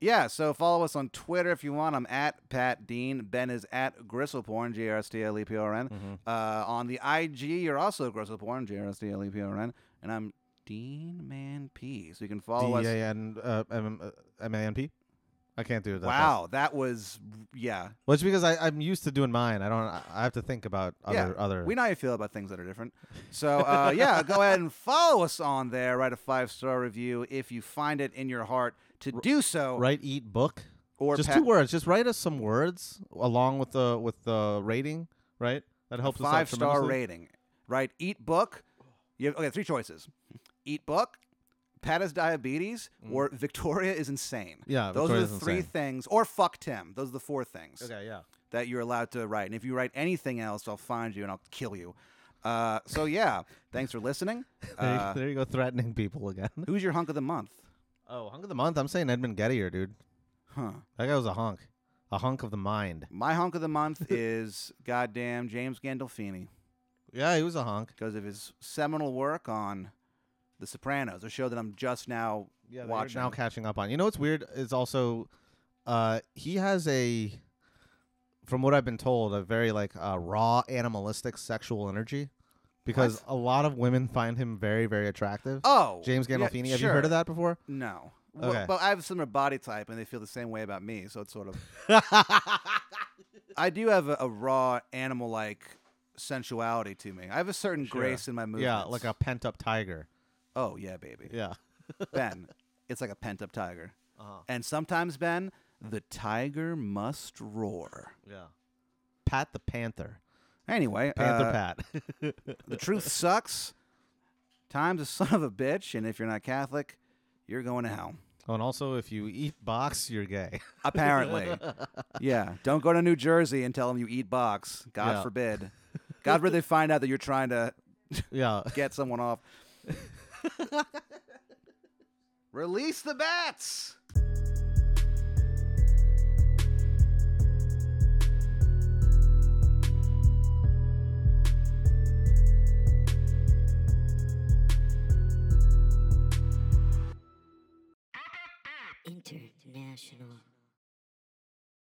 yeah, so follow us on Twitter if you want. I'm at Pat Dean. Ben is at Gristleporn, G R S T L E P O R N. Mhm. Uh, on the IG, you're also Gristleporn, G R S T L E P O R N. And I'm Dean Man P. So you can follow us. D-A-N, uh, M- uh, M-A-N-P? I can't do it. That fast. Wow, that was, yeah. Well, it's because I, I'm used to doing mine. I don't. I I have to think about other yeah. other. We know how you feel about things that are different. So uh, yeah, go ahead and follow us on there. Write a five star review if you find it in your heart to do so. Write, eat, book. Or just Pat- two words. Just write us some words along with the with the rating, right? That helps us out five star tremendously. rating. Right? Eat book. You have, okay, three choices. Eat book, Pat has diabetes, Mm. or Victoria is insane. Yeah, Those Uh, Victoria's are the three insane. things, or fuck Tim. Those are the four things Okay, yeah. that you're allowed to write. And if you write anything else, I'll find you and I'll kill you. Uh, so yeah, thanks for listening. There, you- Uh, there you go, threatening people again. who's your hunk of the month? Oh, hunk of the month. I'm saying Edmund Gettier, dude. Huh. That guy was a hunk, a hunk of the mind. My hunk of the month is goddamn James Gandolfini Yeah, he was a hunk. because of his seminal work on The Sopranos, a show that I'm just now. Yeah, that they're you're now now- catching up on. You know what's weird is also, uh, he has a, from what I've been told, a very like uh, raw animalistic sexual energy, because What? a lot of women find him very very attractive. Oh, James yeah, Gandolfini, have you heard sure. of that before? No. Well, Okay. But I have a similar body type, and they feel the same way about me. So it's sort of. I do have a, a raw animal-like sensuality to me. I have a certain Sure. grace in my movements. yeah, like a pent up tiger. Oh yeah, baby. Yeah. Ben, it's like a pent-up tiger. Uh-huh. And sometimes Ben, the tiger must roar. Yeah. Pat the Panther. Anyway, Panther uh, Pat. the truth sucks. Time's a son of a bitch, and if you're not Catholic, you're going to hell. oh, and also, if you eat box, you're gay. Apparently. yeah. Don't go to New Jersey and tell them you eat box. God Yeah. forbid. God forbid they find out that you're trying to yeah. get someone off. Release the bats. International.